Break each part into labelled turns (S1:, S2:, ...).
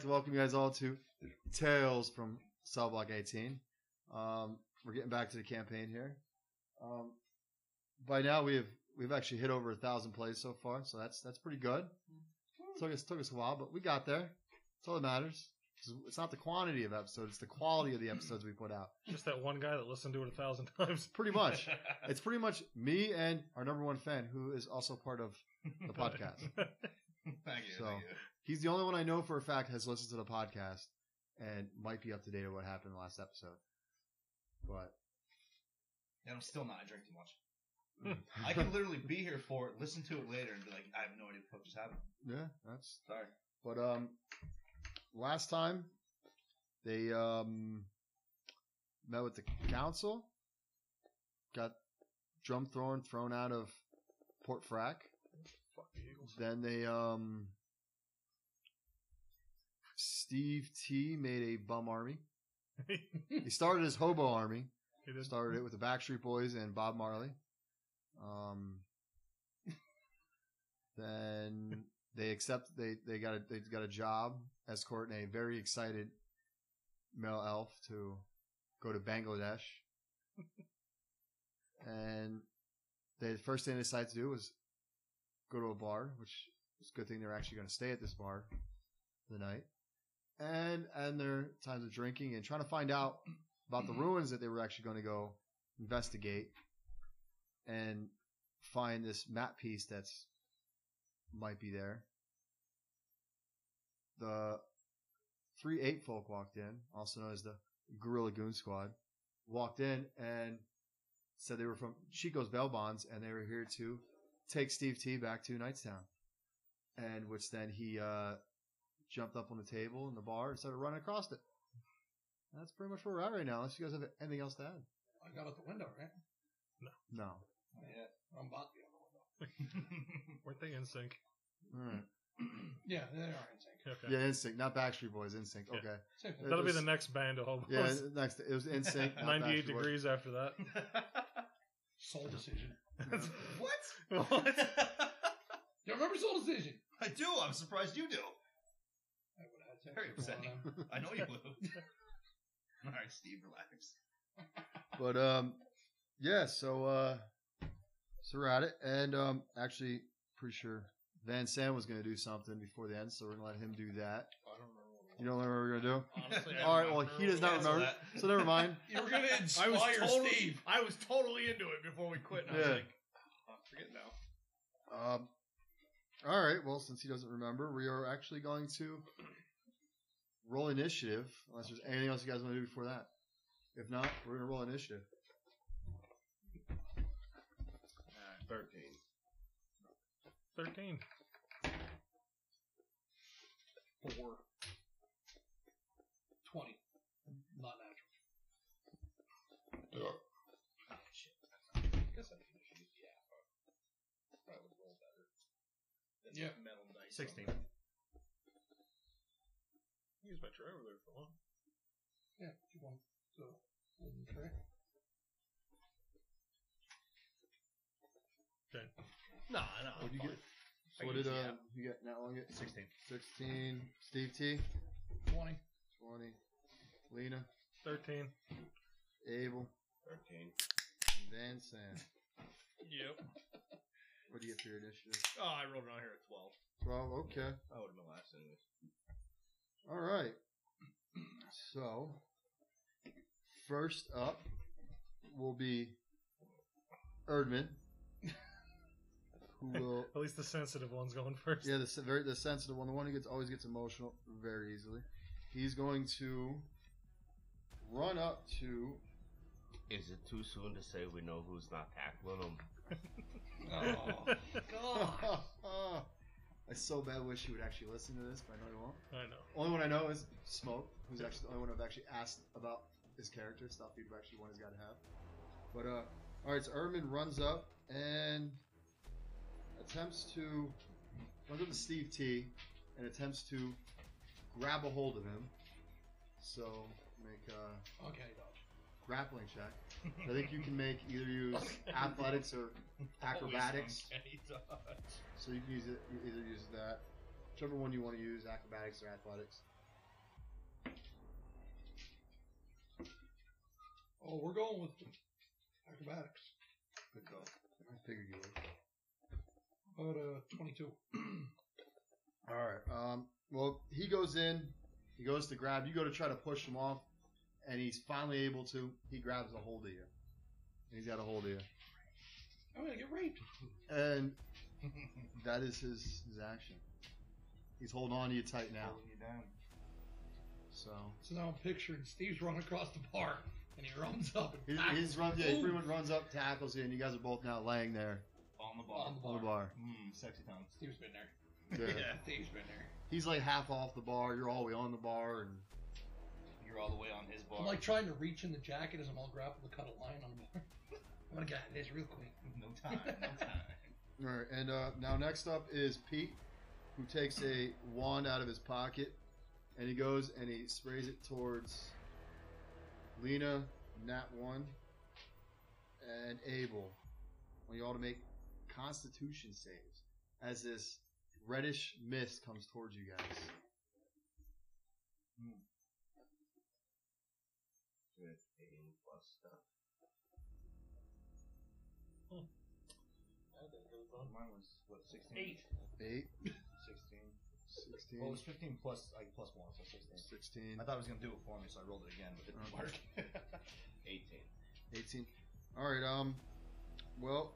S1: to welcome you guys all to Tales from Cell Block 18. Um, we're getting back to the campaign here. Um, by now we've we've actually hit over a thousand plays so far, so that's that's pretty good. Took us took us a while, but we got there. That's all that matters. 'Cause It's not the quantity of episodes; it's the quality of the episodes we put out.
S2: Just that one guy that listened to it a thousand times.
S1: Pretty much, it's pretty much me and our number one fan, who is also part of the podcast.
S3: Thank you.
S1: So-
S3: thank you.
S1: He's the only one I know for a fact has listened to the podcast and might be up to date on what happened last episode. But
S3: And I'm still not. I drink too much. I can literally be here for it, listen to it later, and be like, I have no idea what the fuck just happened.
S1: yeah, that's
S3: Sorry.
S1: But um, last time they um met with the council, got Drumthorn thrown out of Port Frack.
S2: Fuck the Eagles.
S1: Then they um, Steve T made a bum army. he started his hobo army.
S2: He did.
S1: Started it with the Backstreet Boys and Bob Marley. Um, then they accept they they got a, they got a job escorting a very excited male elf to go to Bangladesh. and the first thing they decided to do was go to a bar, which is a good thing they're actually going to stay at this bar for the night. And and their times of drinking and trying to find out about the ruins that they were actually going to go investigate and find this map piece that's might be there. The three eight folk walked in, also known as the Gorilla Goon Squad, walked in and said they were from Chico's Bail Bonds and they were here to take Steve T back to Knightstown. And which then he uh, jumped up on the table in the bar and started running across it. And that's pretty much where we're at right now, unless you guys have anything else to add.
S4: I got out the window, right?
S1: No.
S3: Yeah.
S4: I'm about to be out the window.
S2: Weren't they in sync?
S1: All right.
S4: Yeah, they are in sync.
S2: Okay.
S1: Yeah, Instinct, not Backstreet Boys. Instinct.
S2: Yeah.
S1: Okay.
S4: Same thing.
S2: That'll
S1: It was-
S2: be the next band to hold.
S1: Yeah. Next, it was Instinct.
S2: 98 degrees after that.
S4: Soul Decision.
S3: what? What?
S4: You remember Soul Decision?
S3: I do. I'm surprised you do.
S4: I would have had to.
S3: Very upsetting.
S4: Hold on.
S3: I know you would. All right, Steve, relax.
S1: But um, yeah. So uh, so we're at it, and um, actually, pretty sure Van Sam was going to do something before the end, so we're going to let him do that.
S4: I don't remember what
S1: You don't remember what we're going to
S3: Honestly,
S1: do? All right. Well, he does not
S3: Cancel
S1: remember,
S3: that.
S1: so never mind.
S4: You were going to inspire Steve.
S5: I was totally into it before we quit.
S1: and I was Yeah.
S5: I forget now.
S1: Um, all right. Well, since he doesn't remember, we are actually going to roll initiative. Unless there's anything else you guys want to do before that. If not, we're gonna roll initiative.
S5: Thirteen.
S2: 13.
S4: Four. Twenty. Not natural. Oh, shit. I guess I should have used- yeah. Probably would roll better. That's
S5: Yeah.
S4: Metal dice.
S3: Sixteen.
S2: Use my tray over there for one.
S4: Yeah, two one. So, wooden tray.
S5: No, no.
S1: What did you get? So
S5: I
S1: what
S5: can
S1: did
S5: see
S1: uh, you get? Not long. Get
S3: Sixteen.
S1: 16, Steve T,
S4: 20.
S1: 20, Lena,
S2: 13.
S1: Abel,
S5: Thirteen.
S1: and Van Sam.
S5: Yep.
S1: What do you get for your initiative?
S5: Oh, I rolled around here at twelve.
S1: 12, okay.
S5: I would have been last anyways.
S1: All right. So, first up will be Erdman, who will.
S2: At least the sensitive one's going first.
S1: Yeah, the se- very the sensitive one, the one who gets always gets emotional very easily. He's going to run up to
S6: Is it too soon to say we know who's not um, tackling him?
S4: Oh, God.
S1: I so bad wish you would actually listen to this, but I know you won't.
S2: I know.
S1: Only one I know is Smoke, who's actually the only one I've actually asked about his character stuff. He'd actually one has got to have. But uh, all right, so Erman runs up and attempts to runs up to Steve T and attempts to grab a hold of him. So make a
S4: Okay, dodge.
S1: grappling check. I think you can make either use athletics or acrobatics. So you can use it, you either use that, whichever one you want to use, acrobatics or athletics.
S4: Well, Oh, we're going with acrobatics.
S1: Good call. I figured you would.
S4: About uh, 22.
S1: All right. Um, well, he goes in. He goes to grab. You go to try to push him off, and he's finally able to. He grabs a hold of you. He's got a hold of you,
S4: I'm going to get raped.
S1: and that is his his action. He's holding on to you tight now.
S3: Holding you down.
S1: So
S4: So now I'm picturing Steve's running across the bar and he runs up
S1: he,
S4: and knocks
S1: he's run, yeah, he
S4: Ooh.
S1: pretty much runs up, tackles you, and you guys are both now laying there
S3: On the bar.
S4: on the
S1: on the
S4: bar.
S1: bar.
S3: Mmm, sexy times.
S4: Steve's been there.
S1: Yeah.
S4: Steve's been there.
S1: He's like half off the bar. You're all the way on the bar, and
S3: You're all the way on his bar.
S4: I'm like trying to reach in the jacket as I'm all grappled to cut a line on the bar. I'm going to get this real quick.
S3: no time, no time.
S1: All right, and uh, now next up is Pete, who takes a wand out of his pocket, and he goes and he sprays it towards Lena, Nat One, and Abel. I want you all to make Constitution saves as this reddish mist comes towards you guys.
S6: With 18 plus stuff.
S3: Mine was what 16.
S1: Eight,
S3: 16.
S1: 16,
S3: Well, it was 15 plus like plus one, so 16.
S1: 16,
S3: I thought it was gonna do it for me, so I rolled it again, but it
S1: Mm.
S3: didn't work.
S6: 18.
S1: 18. All right. Um. Well,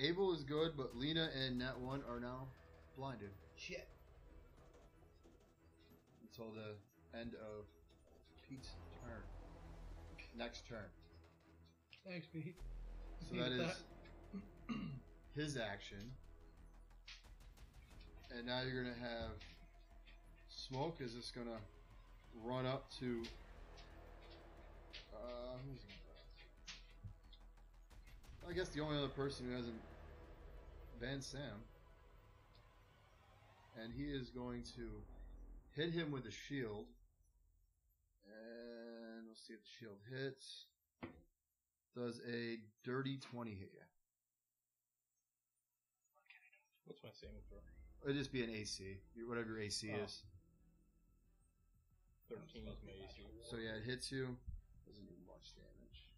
S1: Abel is good, but Lena and Nat One are now blinded
S3: Shit.
S1: until the end of Pete's turn. Next turn.
S4: Thanks, Pete.
S1: So
S4: You
S1: that
S4: get
S1: is his action. And now you're gonna have smoke. Is just gonna run up to? Uh, who's gonna- I guess the only other person who hasn't Van Sam, and he is going to hit him with a shield. And we'll see if the shield hits. Does a dirty twenty hit you?
S5: What's my saving throw?
S1: It'd just be an AC, your- whatever your AC
S5: Oh.
S1: is.
S5: 13 is my AC.
S1: So yeah, it hits you. Doesn't do much damage.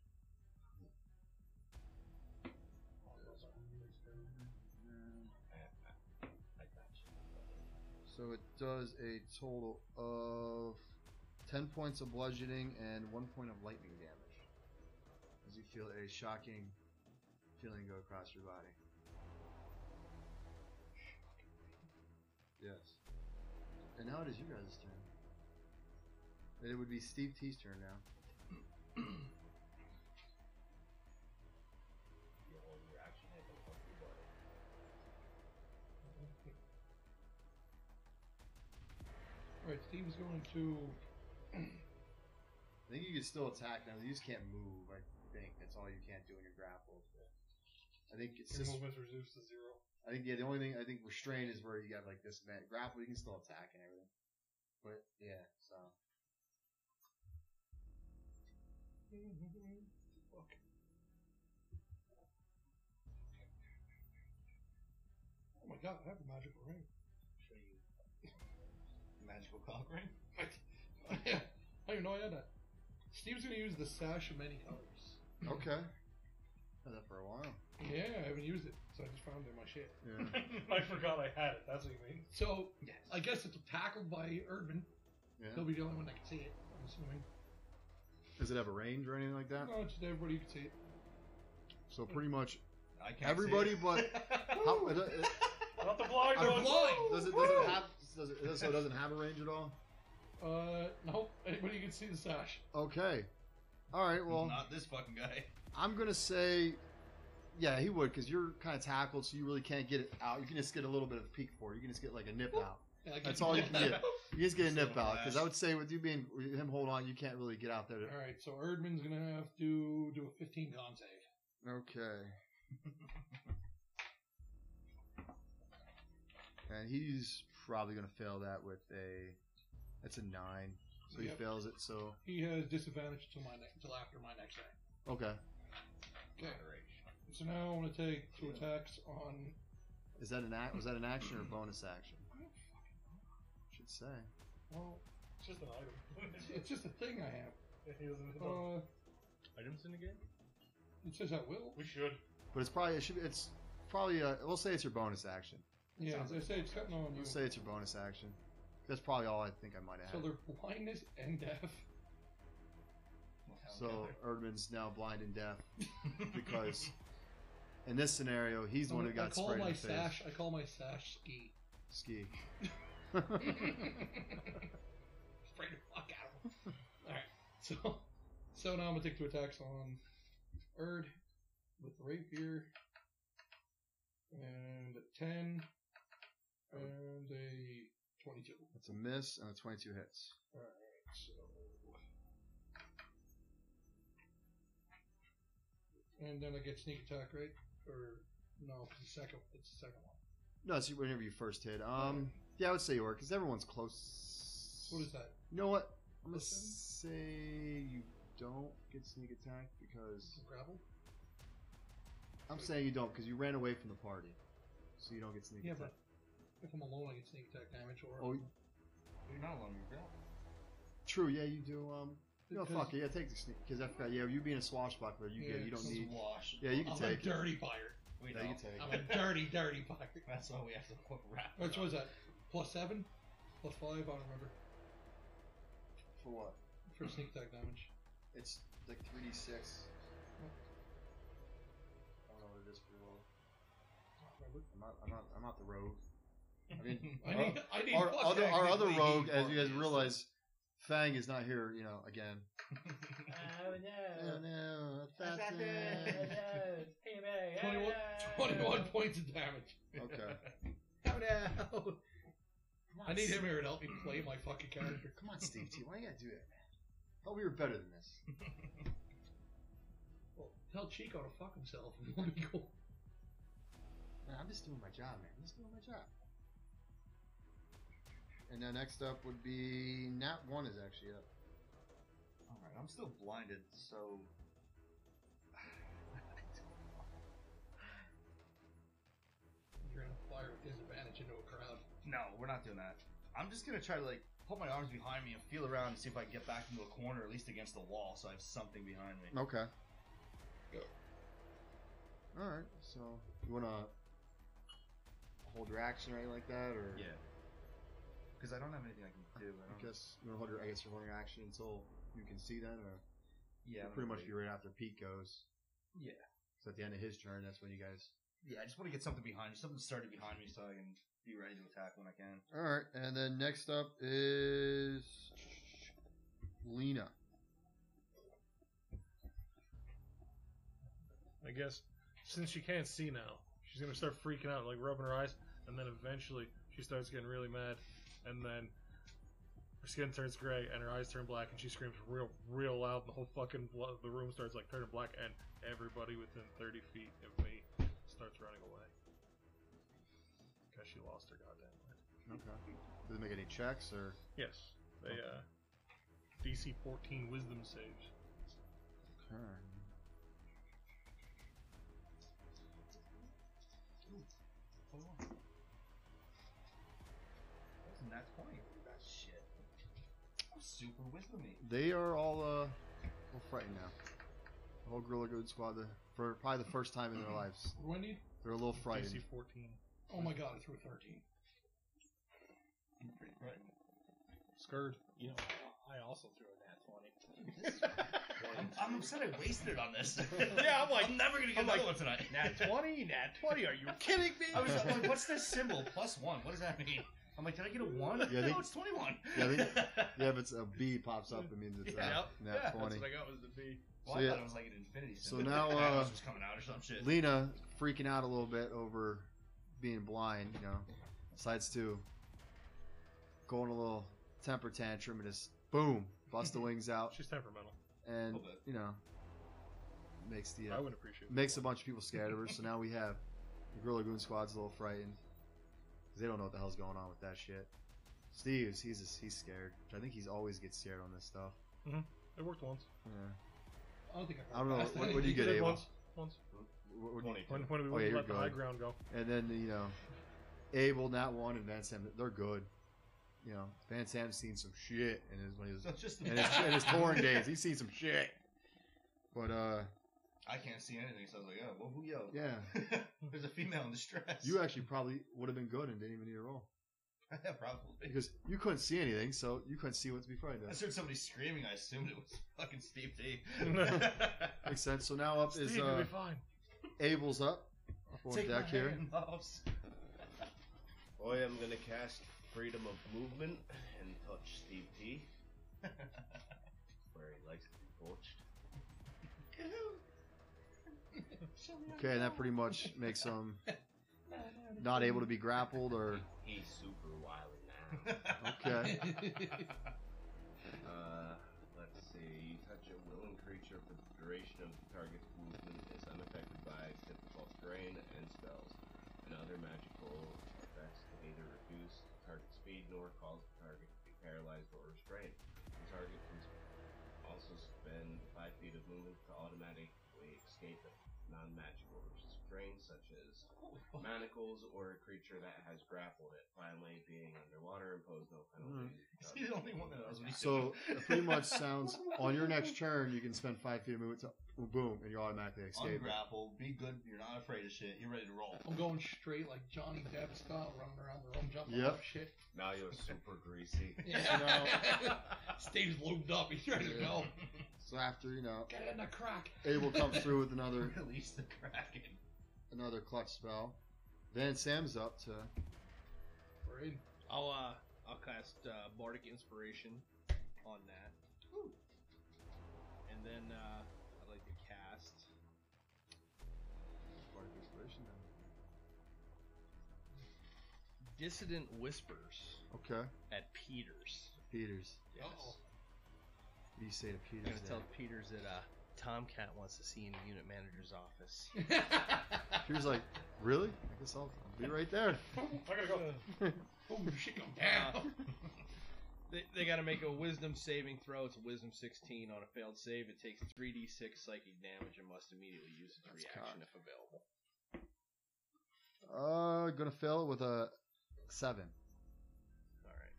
S1: So it does a total of ten points of bludgeoning and one point of lightning damage. As you feel a shocking feeling go across your body. Yes. And now it is you guys' turn. And it would be Steve T's turn now.
S6: You hold your action hit and fuck your body.
S4: Alright, Steve's going to.
S1: I think you can still attack now. You just can't move. I think that's all you can't do in your grapple. I think it's
S2: Your
S1: just.
S2: movement's reduced to zero.
S1: I think yeah. The only thing I think restrain is where you got like this man grapple. You can still attack and everything. But yeah, so
S4: Oh my god, I have a magical ring.
S3: Magical cock ring.
S4: I didn't even know I had that. Steve's going to use the sash of many colors.
S1: okay. Had that for a while.
S4: Yeah, I haven't used it, so I just found it in my shit.
S1: Yeah.
S2: I forgot I had it. That's what you mean.
S4: So
S3: Yes.
S4: I guess it's tackled by Urban.
S1: yeah.
S4: He'll be the only one that can see it. I'm assuming.
S1: Does it have a range or anything like that?
S4: No, just everybody who can see it.
S1: So pretty much
S3: I can't. see
S1: everybody
S3: it.
S1: but how, it, it,
S2: Not the blind
S1: I'm
S2: one.
S4: blind!
S1: does it does it have does it, so it doesn't have a range at all?
S4: Uh, no, anybody who can see the sash.
S1: Okay. All right. Well,
S3: not this fucking guy.
S1: I'm gonna say, yeah, he would, because you're kind of tackled, so you really can't get it out. You can just get a little bit of peek for. it. You can just get like a nip out.
S4: Yeah, I
S1: That's all you can get. You just get a nip
S3: Simple
S1: out, because
S3: as.
S1: I would say with you being with him, hold on, you can't really get out there.
S4: All
S1: To,
S4: right, so Erdman's gonna have to do a 15 con save.
S1: okay. and he's probably gonna fail that with a. That's a nine, so he
S4: Yep.
S1: fails it. So
S4: He has disadvantage till my ne- till after my next act.
S1: okay,
S4: Okay. So now I'm gonna take two attacks on.
S1: is that an act? Was that an action or a bonus action? Should say.
S4: Well,
S2: It's just an item.
S4: it's- it's just a thing I have.
S2: He doesn't- he
S1: Oh.
S2: doesn't-
S4: Uh,
S5: Items in the game?
S4: it says I will.
S2: we should.
S1: But it's probably it should, it's probably uh we'll say it's your bonus action.
S4: Yeah,
S2: Sounds
S4: they say it's something on you.
S1: We'll say it's your bonus action. That's probably all I think I might
S4: So
S1: add.
S4: they're blindness and deaf.
S1: So Erdman's now blind and deaf because in this scenario he's the one who
S4: I
S1: got
S4: call
S1: sprayed in
S4: my
S1: the
S4: sash.
S1: face.
S4: I call my sash E. ski.
S1: Ski.
S4: Spray the fuck out of him. Alright, so so now I'm gonna take two attacks on Erd with rapier and a ten and a twenty-two.
S1: That's a miss and a twenty-two hits.
S4: Alright, so and then I get sneak attack, right? Or no, 'cause the second it's the second one.
S1: No, it's whenever you first hit. Um, yeah, I would say you were because everyone's close.
S4: What is that?
S1: You know what? I'm gonna
S4: Listen.
S1: say you don't get sneak attack because
S4: Some gravel?
S1: I'm saying you don't because you ran away from the party, so you don't get sneak
S4: Yeah,
S1: attack.
S4: but if I'm alone, I get sneak attack damage or
S1: Oh,
S3: You're not alone. You're grounded.
S1: true. Yeah, you do. Um, no,
S4: Because-
S1: fuck it. Yeah, take the sneak because I forgot. Yeah, you being a swashbuckler, you
S4: Yeah,
S1: get. You don't
S3: This is
S1: need.
S3: wash.
S1: Yeah, you can
S4: I'm
S1: take.
S4: a dirty pirate.
S3: We
S1: yeah,
S3: know.
S1: you can take.
S4: I'm a dirty, dirty pirate.
S3: That's why we have to quote rap.
S4: Which was that? Plus seven? Plus five? I don't remember.
S1: For what?
S4: For sneak attack damage.
S1: It's like three d six. I don't know what it is for roll. I'm not. I'm not. I'm not the rogue. I mean,
S4: I need, I need
S1: Oh, our
S4: plus
S1: other
S4: that.
S1: our other
S3: technically
S1: rogue,
S3: he
S1: as you guys
S3: works.
S1: realize, Fang is not here. You know, again.
S2: Oh
S1: Oh,
S4: Uh,
S2: no.
S1: no,
S2: Hey,
S4: 21, 21 points of damage.
S1: okay,
S4: Oh no! I need him here to help me play my fucking character.
S1: come on, Steve T. Why you gotta do that, man? Thought we were better than this.
S4: Well, tell Chico to fuck himself and let me go.
S1: Man, I'm just doing my job, man. I'm just doing my job. And then next up would be Nat One is actually up.
S3: All right, I'm still blinded, so.
S4: You're gonna fire with disadvantage into a crowd.
S3: No, we're not doing that. I'm just gonna try to like put my arms behind me and feel around and see if I can get back into a corner, at least against the wall, so I have something behind me.
S1: Okay.
S4: Go.
S1: All right. So you wanna hold your action or anything like that, or
S3: Yeah. Because I don't have anything I can do.
S1: I
S3: I don't,
S1: guess you wanna hold your. I guess you're holding your action until you can see then, or.
S3: yeah,
S1: It'll
S3: I'm
S1: pretty
S3: gonna
S1: much
S3: wait.
S1: be right after Pete goes.
S3: Yeah.
S1: So at the end of his turn, that's when you guys.
S3: Yeah, I just want to get something behind me, something started behind me, so I can be ready to attack when I can.
S1: All right, and then next up is Lena.
S2: I guess since she can't see now, she's gonna start freaking out, like rubbing her eyes, and then eventually she starts getting really mad, and then her skin turns gray and her eyes turn black, and she screams real, real loud, and the whole fucking blo- the room starts like turning black, and everybody within 30 feet of me starts running away because she lost her goddamn mind.
S1: Okay. Does it make any checks or?
S2: Yes, they uh, DC 14 Wisdom saves.
S1: Okay.
S3: Hold on. That's a nat 20. Look at that shit. I'm super with me.
S1: They are all uh, all frightened now. The whole Gorilla Good Squad, the, for probably the first time in their lives,
S4: What do I need?
S1: they're a little frightened.
S2: DC 14.
S4: Oh my god, I threw a 13.
S3: I'm pretty frightened.
S5: Scared. You know, I also threw a nat 20.
S3: I'm, I'm upset I wasted it on this.
S5: Yeah, I'm like-
S3: I'm never gonna get
S5: I'm
S3: another
S5: like,
S3: one tonight.
S5: Nat 20? Nat 20, are you kidding me?
S3: I was I'm like, what's this symbol? Plus one. What does that mean? I'm like, did I get a one?
S1: Yeah, they-
S3: no, it's 21.
S1: yeah, Yeah, if it's a B pops up, it means it's uh,
S5: Yeah,
S1: nat
S5: yeah,
S1: twenty.
S5: That's what I got was the B.
S3: well,
S1: so
S3: I
S1: yeah.
S3: thought it was like an infinity
S1: So
S3: symbol.
S1: now,
S3: Thanos
S1: uh,
S3: was coming out or some shit.
S1: Lena freaking out a little bit over being blind, you know, decides to go on a little temper tantrum and just boom, bust the wings out
S2: She's temperamental.
S1: and
S3: Little bit.
S1: you know makes the uh,
S2: I would appreciate
S1: makes a bunch of people scared of her. So now we have the Gorilla Goon Squad's a little frightened 'cause they don't know what the hell's going on with that shit. Steve's he's just, he's scared, which I think he's always gets scared on this stuff.
S2: It worked once.
S1: Yeah.
S4: I don't think I
S1: I don't know
S4: passed
S1: what,
S4: that.
S1: what do you get,
S2: Did
S1: Abel?
S2: once. Once.
S1: What- what do you-
S2: When, when we
S1: Oh, yeah, you're
S2: let the high
S1: good.
S2: ground go.
S1: And then you know, Abel, not one, and Van Sam, they're good. you know, Van Sam's seen some shit in his when he was
S3: So it's just the
S1: in his, in his touring days. He's seen some shit. But uh,
S3: I can't see anything, so I was like, oh, well, who yo?
S1: yeah,
S3: There's a female in distress.
S1: you actually probably would have been good and didn't even need a roll
S3: probably.
S1: because you couldn't see anything, so you couldn't see what's before you.
S3: I just heard somebody screaming. I assumed it was fucking Steve D.
S1: Makes sense. So now up
S2: Steve,
S1: is
S2: you'll
S1: uh,
S2: be fine.
S1: Abel's up. Up on
S3: Take my
S1: deck here.
S3: hand, Mouse.
S6: Boy, I'm gonna cast freedom of movement and touch Steve T. where he likes to be torched.
S1: Okay, and that pretty much makes him not able to be grappled or
S6: He's super wily now.
S1: okay.
S6: uh, let's see. You touch a willing creature for the duration of the target's movement is unaffected by difficult terrain and spells and other magical effects can either reduce the target speed nor cause the target to be paralyzed or restrained. The target can also spend five feet of movement to automatically escape a non-magical restraint such as manacles or a creature that has grappled it. Finally, being underwater imposes no penalty.
S3: He's the only one that knows what he's
S1: So
S3: doing.
S1: it pretty much sounds on your next turn you can spend five feet of movement to boom and you're automatically escaped.
S3: Ungrapple, be good. You're not afraid of shit. You're ready to roll.
S4: I'm going straight like Johnny Depp style, running around the room, jumping
S1: Yep.
S4: off shit.
S6: Now you're super greasy.
S4: Yeah. Steve's lubed up. He's ready to
S1: Yeah.
S4: go.
S1: So after you know,
S4: Get in the crack.
S1: Abel comes through with another
S3: Release the kraken.
S1: another clutch spell. Van Sam's up to
S4: We're in.
S5: I'll uh, I'll cast uh, Bardic Inspiration on that, and then uh, I'd like to cast. Dissident Whispers
S1: okay
S5: at Peters.
S1: Peters.
S5: Yes.
S4: Uh-oh.
S1: What do you say to
S5: I'm
S1: Peters?
S5: gonna
S1: there?
S5: tell Peters that uh, Tomcat wants to see you in the unit manager's office.
S1: Peters like, really? I guess I'll, I'll be right there.
S2: I gotta go.
S4: Oh, shit, go down.
S5: They, they got to make a wisdom saving throw. It's a wisdom 16. On a failed save, it takes 3d6 psychic damage and must immediately use its
S1: That's
S5: reaction if available.
S1: Uh, gonna fail with a seven.
S5: All right.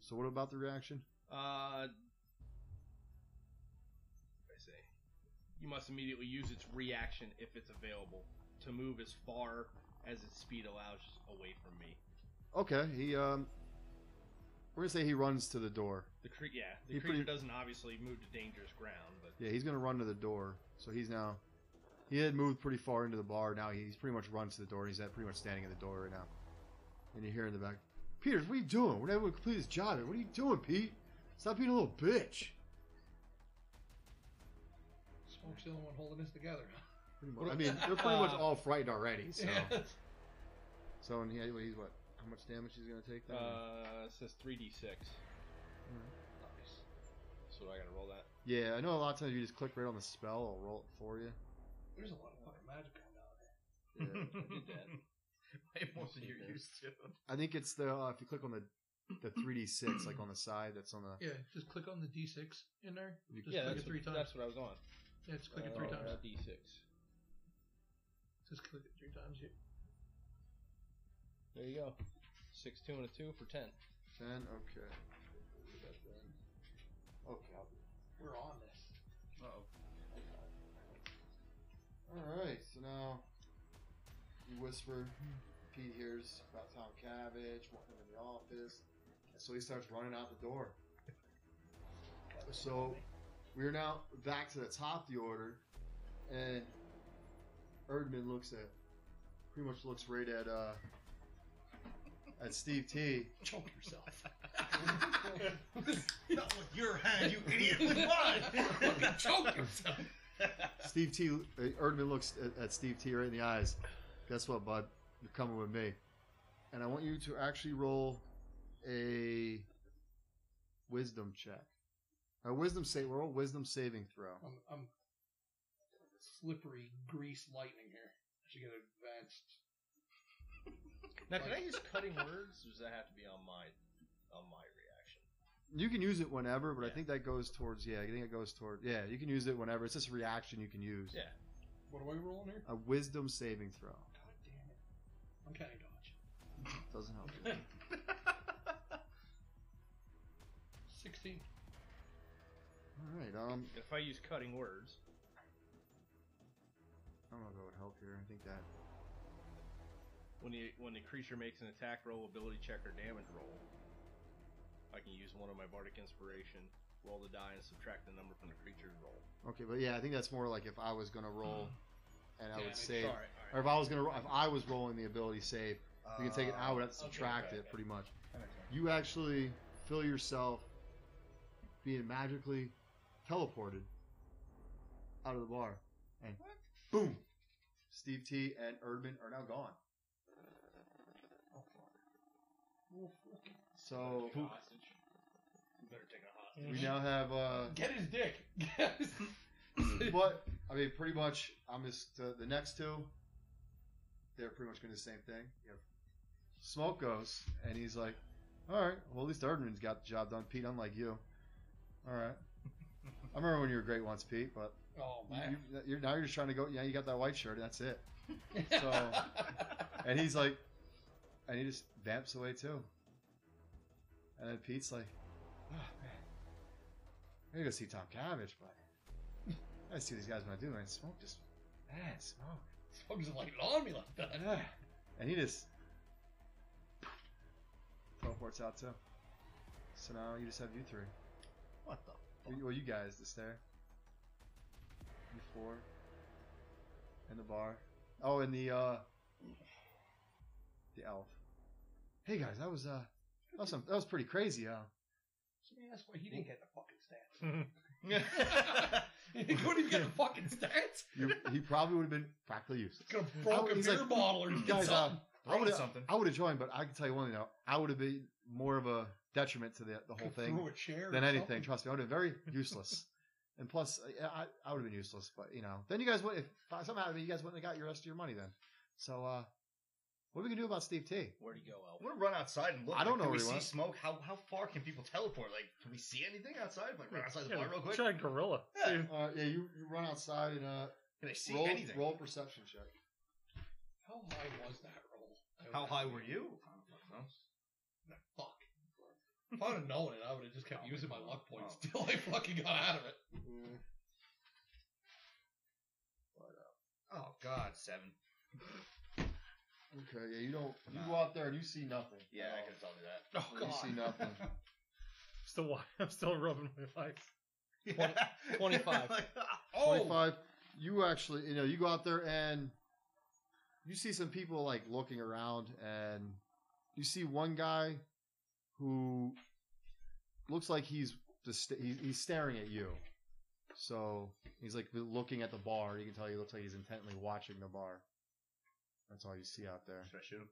S1: So what about the reaction?
S5: Uh, what did I say you must immediately use its reaction if it's available to move as far as its speed allows away from me.
S1: Okay, he um, we're gonna say he runs to the door.
S5: The cre- yeah, the
S1: You
S5: creature
S1: pretty-
S5: doesn't obviously move to dangerous ground, but
S1: Yeah, he's gonna run to the door. So he's now, he had moved pretty far into the bar. Now he's pretty much run to the door. He's at pretty much standing at the door right now. And you hear in the back, Peters, what are you doing? We're not able to complete this job. What are you doing, Pete? Stop being a little bitch.
S4: Smoke's the only one holding this together.
S1: Pretty much. I mean, they're pretty much all frightened already. So,
S4: Yes.
S1: so and he, he's what? How much damage he's gonna take? Then?
S5: uh, it says 3d6. Nice. So do I gotta roll that?
S1: yeah, I know. A lot of times you just click right on the spell, it'll roll it for you.
S4: There's a lot of fucking magic going on there.
S1: Yeah.
S5: did that.
S3: Way more than you're used to.
S1: I think it's the uh, if you click on the the 3d6 like on the side that's on the
S4: Yeah, just click on the D6 in there.
S1: You-
S4: Just
S5: Yeah,
S4: click
S5: that's
S4: it three
S5: what,
S4: times.
S5: that's what I was on.
S4: Yeah, just click it three
S5: Uh,
S4: times.
S5: D6.
S4: Just click it three times. You
S5: There you go. Six, two, and a two for ten.
S1: 10. Okay. Okay.
S4: We're on this.
S1: All right. So now you whisper. Pete hears about Tom Cabbage, want him in the office, and so he starts running out the door. So we are now back to the top of the order, and Erdman looks at, pretty much looks right at uh, at Steve T.
S4: Choke yourself.
S3: Not with your hand, you idiot. With mine.
S4: Fucking choke yourself.
S1: Steve T. uh, Erdman looks at, at Steve T. right in the eyes. Guess what, bud? You're coming with me. And I want you to actually roll a wisdom check. A wisdom save. Roll a wisdom saving throw.
S4: I'm, I'm slippery grease lightning here. I should get advanced.
S5: Now, can I use cutting words, or does that have to be on my on my reaction?
S1: You can use it whenever, but I
S5: Yeah.
S1: think that goes towards. Yeah, I think it goes toward. Yeah, you can use it whenever. It's just a reaction you can use.
S5: Yeah.
S4: What am I rolling here?
S1: A wisdom saving throw.
S4: God damn it. I'm kind of dodge.
S1: Doesn't help. you.
S4: Sixteen.
S1: All right. Um,
S5: If I use cutting words,
S1: I'm gonna go with help here. I think that.
S5: when the when the creature makes an attack roll, ability check, or damage roll, I can use one of my bardic inspiration, roll the die, and subtract the number from the creature's roll.
S1: Okay, but yeah, I think that's more like if I was gonna roll,
S5: Hmm.
S1: and I
S4: Yeah,
S1: would
S4: I
S1: save,
S5: Sorry, all
S1: or if
S5: right.
S1: I was gonna, ro- if I was rolling the ability save, you can take it. I would have to
S4: okay,
S1: subtract
S4: okay,
S1: it
S4: okay.
S1: pretty much.
S3: That makes sense.
S1: You actually feel yourself being magically teleported out of the bar, and boom, Steve T and Erdman are now gone. So
S4: Who-
S5: better take a hot.
S1: we now have uh,
S4: Get his dick. Get his-
S1: But I mean, pretty much, I'm just uh, the next two. They're pretty much going to do the same thing. Yep. Smoke goes, and he's like, "All right, well, at least Erdman's got the job done, Pete. Unlike you, all right." I remember when you were great once, Pete. But
S4: Oh
S1: you,
S4: man.
S1: you- you're, now you're just trying to go. Yeah, you got that white shirt. And that's it. And he's like, and he just vamps away too. And then Pete's like, "Oh man, I gotta go see Tom Cabbage, but I gotta see what these guys want to do. And smoke just, man, smoke.
S4: Smoke's like on me like that.
S1: Ah, and he just teleports out too. So now you just have you three.
S3: What the?
S1: You- Well, you guys just there. You four. And the bar. Oh, and the uh, the elf. Hey guys, that was uh, that was, some, that was pretty crazy. Uh,
S4: Man, that's why he didn't get the fucking stats.
S5: Uh,
S4: he
S1: couldn't
S4: couldn't
S1: even
S4: even
S1: get
S4: get
S1: the
S4: the fucking stats.
S1: you, he probably would have been practically useless.
S4: Could have
S1: broke
S4: broken
S1: a
S4: a
S1: He's beer
S4: beer
S1: like,
S4: bottle or
S1: Guys, uh,
S4: something.
S1: I would have
S3: something.
S1: I would have joined, but I can tell you one thing though, I would have been more of a detriment to the the whole thing.
S4: Threw a chair.
S1: than anything. Trust me, I would have been very useless. and plus, I, I, I would have been useless. But you know, then you guys would if somehow I mean, you guys wouldn't have got your rest of your money then. So uh, what are we gonna do about Steve T?
S5: Where'd he go, Elf?
S3: I'm gonna run outside and look.
S1: I don't
S3: Like,
S1: know
S3: Can we
S1: where he
S3: see
S1: went.
S3: smoke? How how far can people teleport? Like, can we see anything outside? Like, run outside the bar real quick.
S2: Try gorilla.
S3: Yeah.
S2: See-
S1: Uh, yeah, you, you run outside and uh,
S3: Can I see
S1: roll
S3: anything?
S1: roll perception check.
S4: How high was that roll? I
S3: How
S4: would-
S3: high were you?
S4: Nah, Fuck. If I'd have known it, I would have just kept
S3: Oh,
S4: using my
S3: oh,
S4: luck points
S3: oh.
S4: till I fucking got out of it.
S3: Mm-hmm. Oh God, seven.
S1: Okay, yeah, you don't. You
S3: Nah.
S1: go out there and you see nothing.
S3: Yeah, I
S1: at
S3: could tell you that.
S4: Oh
S1: all.
S4: god.
S1: You see nothing.
S2: Still, wi- I'm still rubbing my eyes.
S3: Yeah.
S5: 25.
S3: Like,
S4: Oh,
S1: Twenty-five. You actually, you know, you go out there and you see some people like looking around, and you see one guy who looks like he's just sta- he- he's staring at you. So he's like looking at the bar. You can tell he looks like he's intently watching the bar. That's all you see out there.
S3: Should I shoot him?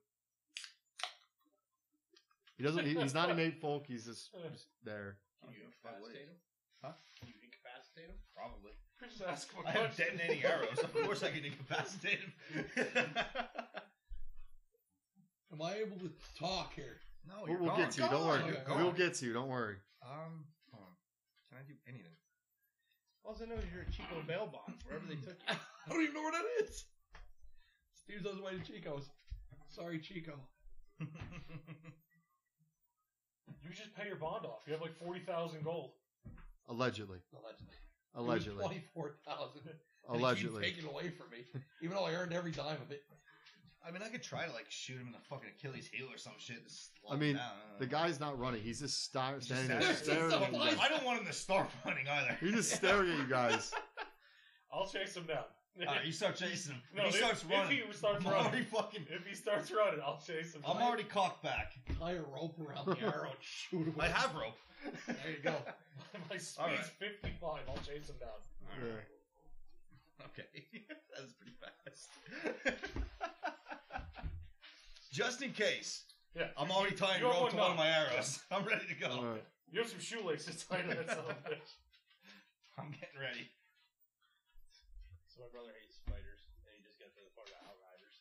S1: He doesn't. He, he's not a made folk. He's just,
S4: Oh,
S1: just there.
S3: Can you
S4: incapacitate him?
S3: Huh?
S4: Can you incapacitate him?
S3: Probably.
S4: Just ask him a
S3: I have
S4: question.
S3: detonating arrows. Of course, I can incapacitate him.
S4: Am I able to talk here?
S3: no,
S1: we'll we'll get to you. Don't worry.
S4: You're
S1: We'll
S4: gone.
S1: get to you. Don't worry.
S3: Um, hold on. Can I do anything?
S5: All I know is you're a Chico bail bond wherever they took
S4: I
S5: you.
S4: don't even know where that is. Steve's on his way to Chico's. Sorry, Chico.
S2: You just pay your bond off. You have like forty thousand gold.
S1: Allegedly.
S4: Allegedly.
S1: Allegedly.
S4: Twenty-four thousand.
S1: Allegedly.
S4: Taken away from me, even though I earned every dime of it.
S3: I mean, I could try to like shoot him in the fucking Achilles heel or some shit. and slow
S1: I mean,
S3: him down. I don't
S1: The
S3: know.
S1: guy's not running. He's just star-
S3: He's
S1: standing
S3: just
S1: there
S4: standing
S1: staring
S4: there.
S1: at you guys.
S3: I don't want him to start running either.
S1: He's just staring at you guys.
S2: I'll chase him down.
S3: All right, you start chasing him.
S2: no,
S3: he
S2: if,
S3: starts
S2: if
S3: running.
S2: he starts
S3: I'm already
S2: running,
S3: fucking.
S2: if he starts running, I'll chase him.
S3: I'm already cocked back.
S4: Tie a rope around the arrow and shoot away.
S3: I have rope.
S4: There you go.
S2: My speed's
S3: All right.
S2: 55. I'll chase him down.
S1: Yeah.
S3: Okay, that was pretty fast. Just in case,
S2: Yeah.
S3: I'm already tying
S2: you have
S3: rope to
S2: one
S3: one of
S2: knot.
S3: my arrows. I'm ready to go.
S1: Alright.
S2: You have some shoelaces tied to that son of a bitch.
S3: I'm getting ready.
S5: So my brother hates spiders, and he just got to the part about outriders.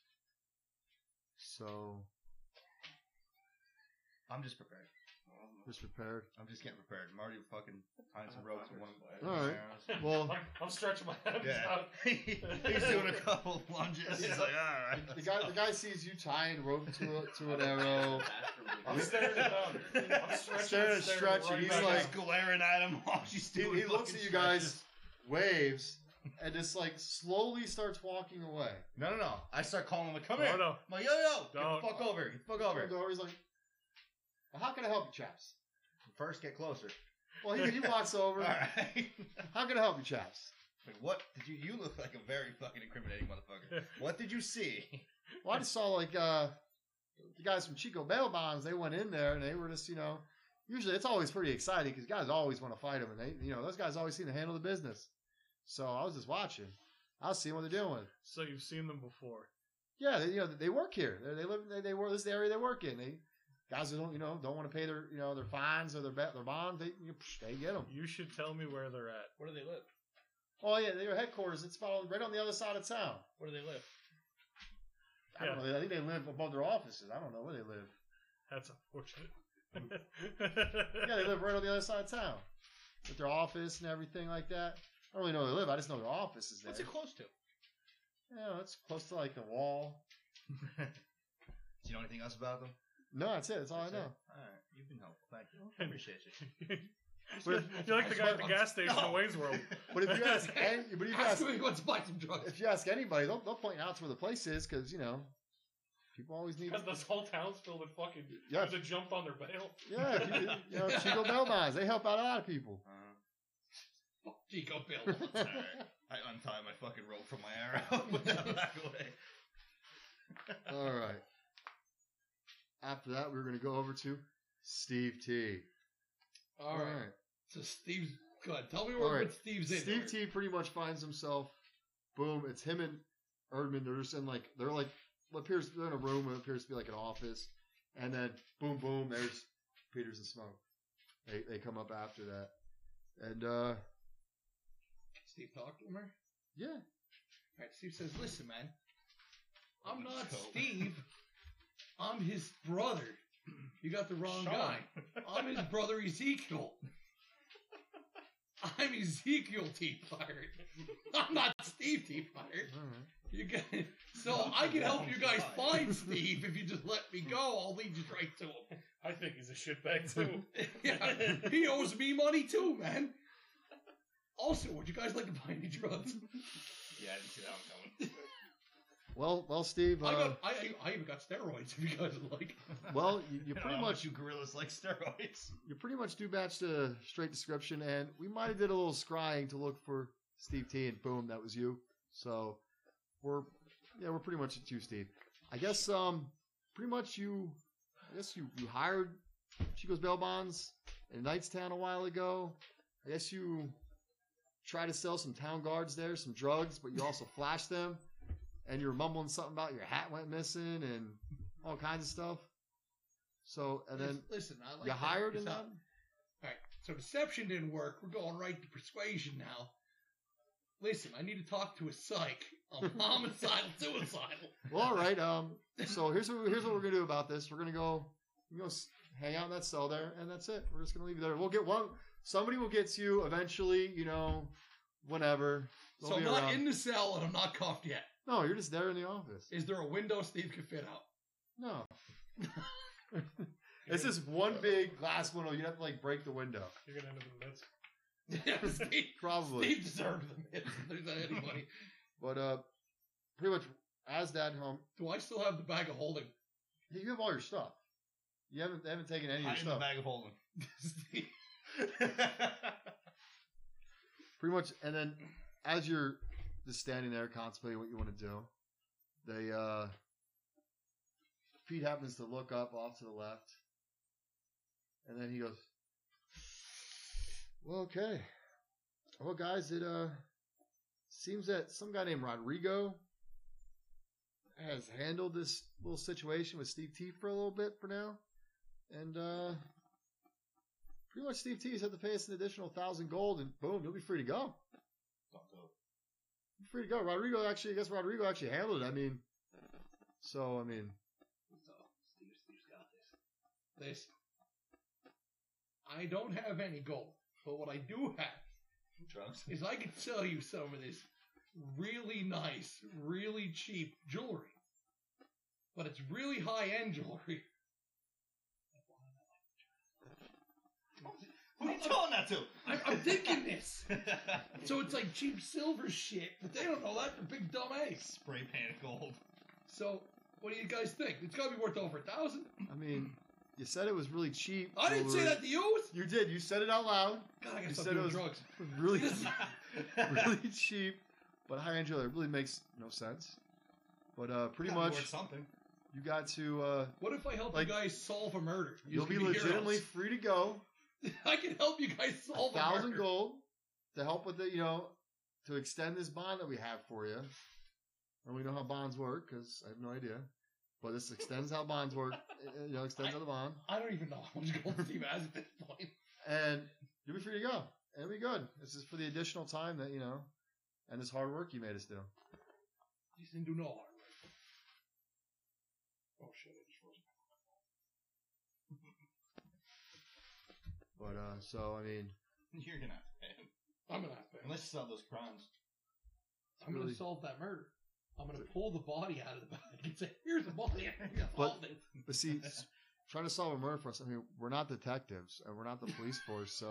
S1: So
S3: I'm just prepared. Well,
S1: Just prepared.
S3: I'm just getting prepared. I'm already fucking tying some
S6: I'm
S3: ropes.
S6: fucking
S3: One.
S6: sweating.
S1: Alright. Well-
S2: Like, I'm stretching my abs
S3: Yeah.
S2: out.
S3: He's doing a couple lunges. He's like, all right.
S1: The guy, the guy sees you tying rope to a, to an arrow.
S2: I'm staring down. I'm stretching.
S1: Staring
S2: and
S1: and stretching,
S2: Right
S1: he's
S2: back
S1: like-
S2: up.
S3: just glaring at him while she's
S1: He,
S3: doing.
S1: he looks at
S3: fucking
S1: you guys,
S3: stretches.
S1: waves, and just like slowly starts walking away.
S3: No, no, no. I start calling him. Like, come
S2: Oh,
S3: here.
S2: no.
S3: I'm like, yo, yo,
S2: Don't.
S3: get the fuck over, get the fuck over.
S1: Comes over, he's like, "How can I help you, chaps?"
S3: First, get closer.
S1: Well, he, he walks
S3: All
S1: over.
S3: right.
S1: How can I help you, chaps?
S3: Wait, what did you? You look like a very fucking incriminating motherfucker. What did you see?
S1: Well, I just saw like uh, the guys from Chico Bail Bonds. They went in there and they were just, you know, usually it's always pretty exciting because guys always want to fight them, and they, you know, those guys always seem to handle the business. So I was just watching. I was seeing what they're doing.
S2: So you've seen them before.
S1: Yeah, they, you know, they work here. They, they live. They, they work. This is the area they work in. They guys who don't, you know, don't want to pay their, you know, their fines or their ba- their bonds. They you, psh, they get them.
S2: You should tell me where they're at.
S4: Where do they live?
S1: Oh yeah, their headquarters. It's about right on the other side of town.
S4: Where do they live?
S1: I don't know. I think they live above their offices. I don't know where they live.
S2: That's unfortunate.
S1: Yeah, they live right on the other side of town with their office and everything like that. I don't really know where they live. I just know their office is there.
S4: What's it close to?
S1: yeah, it's close to like the wall.
S3: do you know anything else about them?
S1: No, that's it. That's all Oh, I know.
S3: All right, you've been helpful. Thank you. I appreciate you.
S2: You're you're like the guy at the gas station
S3: No.
S2: in Wayne's World.
S1: But if you ask, any, but if you
S4: Ask
S1: ask,
S4: him if he wants to buy some drugs.
S1: if you ask anybody, they'll, they'll point out to where the place is because you know people always need.
S2: Because this whole town's filled with fucking.
S1: Yeah,
S2: To jump on their bail.
S1: Yeah, if you, you know, Chico Belmonts, they help out a lot of people.
S3: Uh,
S4: Fuck Chico Bill.
S3: all right. uh, I untie my fucking rope from my arrow, put that back away.
S1: All right. After that, we were going to go over to Steve T.
S4: All right. So Steve's good. Tell me
S1: All
S4: where
S1: right.
S4: Steve's in.
S1: Steve T pretty much finds himself. Boom! It's him and Erdman. They're just in like they're like what appears they're in a room. What appears to be like an office, and then boom, boom. There's Peters and Smoke. They they come up after that, and uh
S4: Steve talked to him. All
S1: yeah,
S4: right. Steve says, "Listen, man, I'm
S3: Let's
S4: not
S3: go.
S4: Steve. I'm his brother. You got the wrong
S3: Sean.
S4: guy. I'm his brother Ezekiel. I'm Ezekiel T. Pirate. I'm not Steve T. Pirate.
S1: all
S4: You get so
S3: Not
S4: I
S3: the
S4: can help
S3: wrong
S4: you guys
S3: guy.
S4: find Steve if you just let me go. I'll lead you straight to him.
S2: I think he's a shitbag too.
S4: yeah, he owes me money too, man. Also, would you guys like to buy any drugs?
S3: Yeah, I didn't see that one coming.
S1: right. Well, well, Steve.
S4: I
S1: Uh,
S4: got, I, I- I even got steroids. If you guys would like,
S1: well, you, you
S3: I don't
S1: pretty
S3: know how
S1: much
S3: you gorillas like steroids.
S1: you pretty much do match the straight description, and we might have did a little scrying to look for Steve T, and boom, that was you. So we're yeah, we're pretty much at you, Steve. I guess um, pretty much you. I guess you you hired Chico's Bell Bonds in Knightstown a while ago. I guess you try to sell some town guards there, some drugs, but you also flash them, and you're mumbling something about your hat went missing and all kinds of stuff. So and then
S4: listen, I like
S1: you
S4: that.
S1: hired
S4: It's
S1: and
S4: not-
S1: that.
S4: All right, so deception didn't work. We're going right to persuasion now. Listen, I need to talk to a psych. I'm homicidal, suicidal.
S1: Well, all right. Um, so here's what here's what we're gonna do about this. We're gonna go, you know, s- hang out in that cell there, and that's it. We're just gonna leave you there. We'll get one. Somebody will get you eventually. You know, whenever. They'll
S4: So I'm
S1: be
S4: not
S1: around.
S4: in the cell and I'm not cuffed yet.
S1: no, you're just there in the office.
S4: Is there a window Steve can fit out?
S1: No, it's just one big glass window. You'd have to like break the window,
S2: You're gonna end up in the midst.
S4: Steve,
S1: probably.
S4: Steve deserves them. If there's anybody.
S1: But uh, pretty much as that home,
S4: Do I still have the bag of holding?
S1: you have all your stuff. You haven't they haven't taken any of your
S3: Hide in the
S1: stuff.
S3: bag of holding.
S4: Steve?
S1: pretty much and then as you're just standing there contemplating what you want to do they uh pete happens to look up off to the left and then he goes well okay well guys it uh seems that some guy named rodrigo has handled this little situation with steve t for a little bit for now and uh pretty much Steve T's had to pay us an additional thousand gold, and boom, you'll be free to go. You're free to go. Rodrigo actually, I guess Rodrigo actually handled it. I mean, so I mean,
S4: So Steve, Steve's got this. Listen, I don't have any gold, but what I do have
S3: Drugs.
S4: is I can sell you some of this really nice, really cheap jewelry. But it's really high end jewelry.
S3: Who are you telling that to?
S4: I'm, I'm thinking this. So it's like cheap silver shit, but they don't know that. They're big dumb ass.
S3: Spray paint gold.
S4: So, what do you guys think? It's got to be worth over a thousand.
S1: I mean, you said it was really cheap.
S4: I didn't say
S1: jewelry.
S4: that to you.
S1: You did. You said it out loud.
S4: God, I
S1: You
S4: gotta stop
S1: said it
S4: doing
S1: was-
S4: drugs.
S1: Really, really cheap, but high end jewelry. It really makes no sense. But uh, pretty
S3: Gotta be worth
S1: much,
S3: something.
S1: you got to. Uh,
S4: What if I help
S1: Like,
S4: you guys solve a murder? You
S1: you'll be
S4: can hear
S1: legitimately
S4: us.
S1: free to go.
S4: I can help you guys
S1: a
S4: solve a,
S1: thousand
S4: murder.
S1: gold to help with it, you know, to extend this bond that we have for you. And we know how bonds work because I have no idea, but this extends how bonds work. uh, You know, extends out the bond,
S4: I don't even know how much gold Steve has at this point.
S1: and you'll be free to go. And it'll be good. This is for the additional time that you know, and this hard work you made us do.
S4: You didn't do no harm. Oh shit! I just rolled.
S1: But uh, so I mean,
S3: You're gonna have to pay him.
S4: I'm gonna have to.
S3: Unless you solve those crimes.
S4: I'm
S1: really-
S4: gonna solve that murder. I'm gonna pull the body out of the bag and say, "Here's the body. I solved it."
S1: but see, s- trying to solve a murder for us. I mean, we're not detectives and we're not the police force, so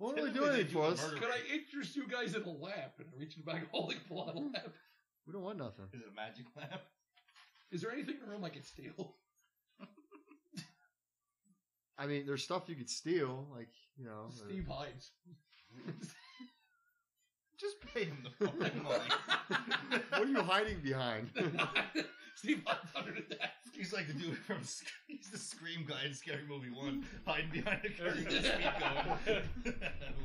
S1: won't really do
S3: Typically, they
S1: anything
S3: do
S1: for
S3: a
S1: us.
S3: murder-
S4: Could I interest you guys in a lap? And I reach in the bag, hold it, pull out a lap.
S1: We don't want nothing.
S3: Is it a magic lamp?
S4: Is there anything in the room I can steal?
S1: I mean, there's stuff you could steal, like you know, the-
S4: Steve hides.
S3: Just pay him the fucking money.
S1: what are you hiding behind?
S4: Steve hides under the desk.
S3: He's like the dude from Sc- he's the Scream guy in Scary Movie One, hiding behind a curtain. Just keep going.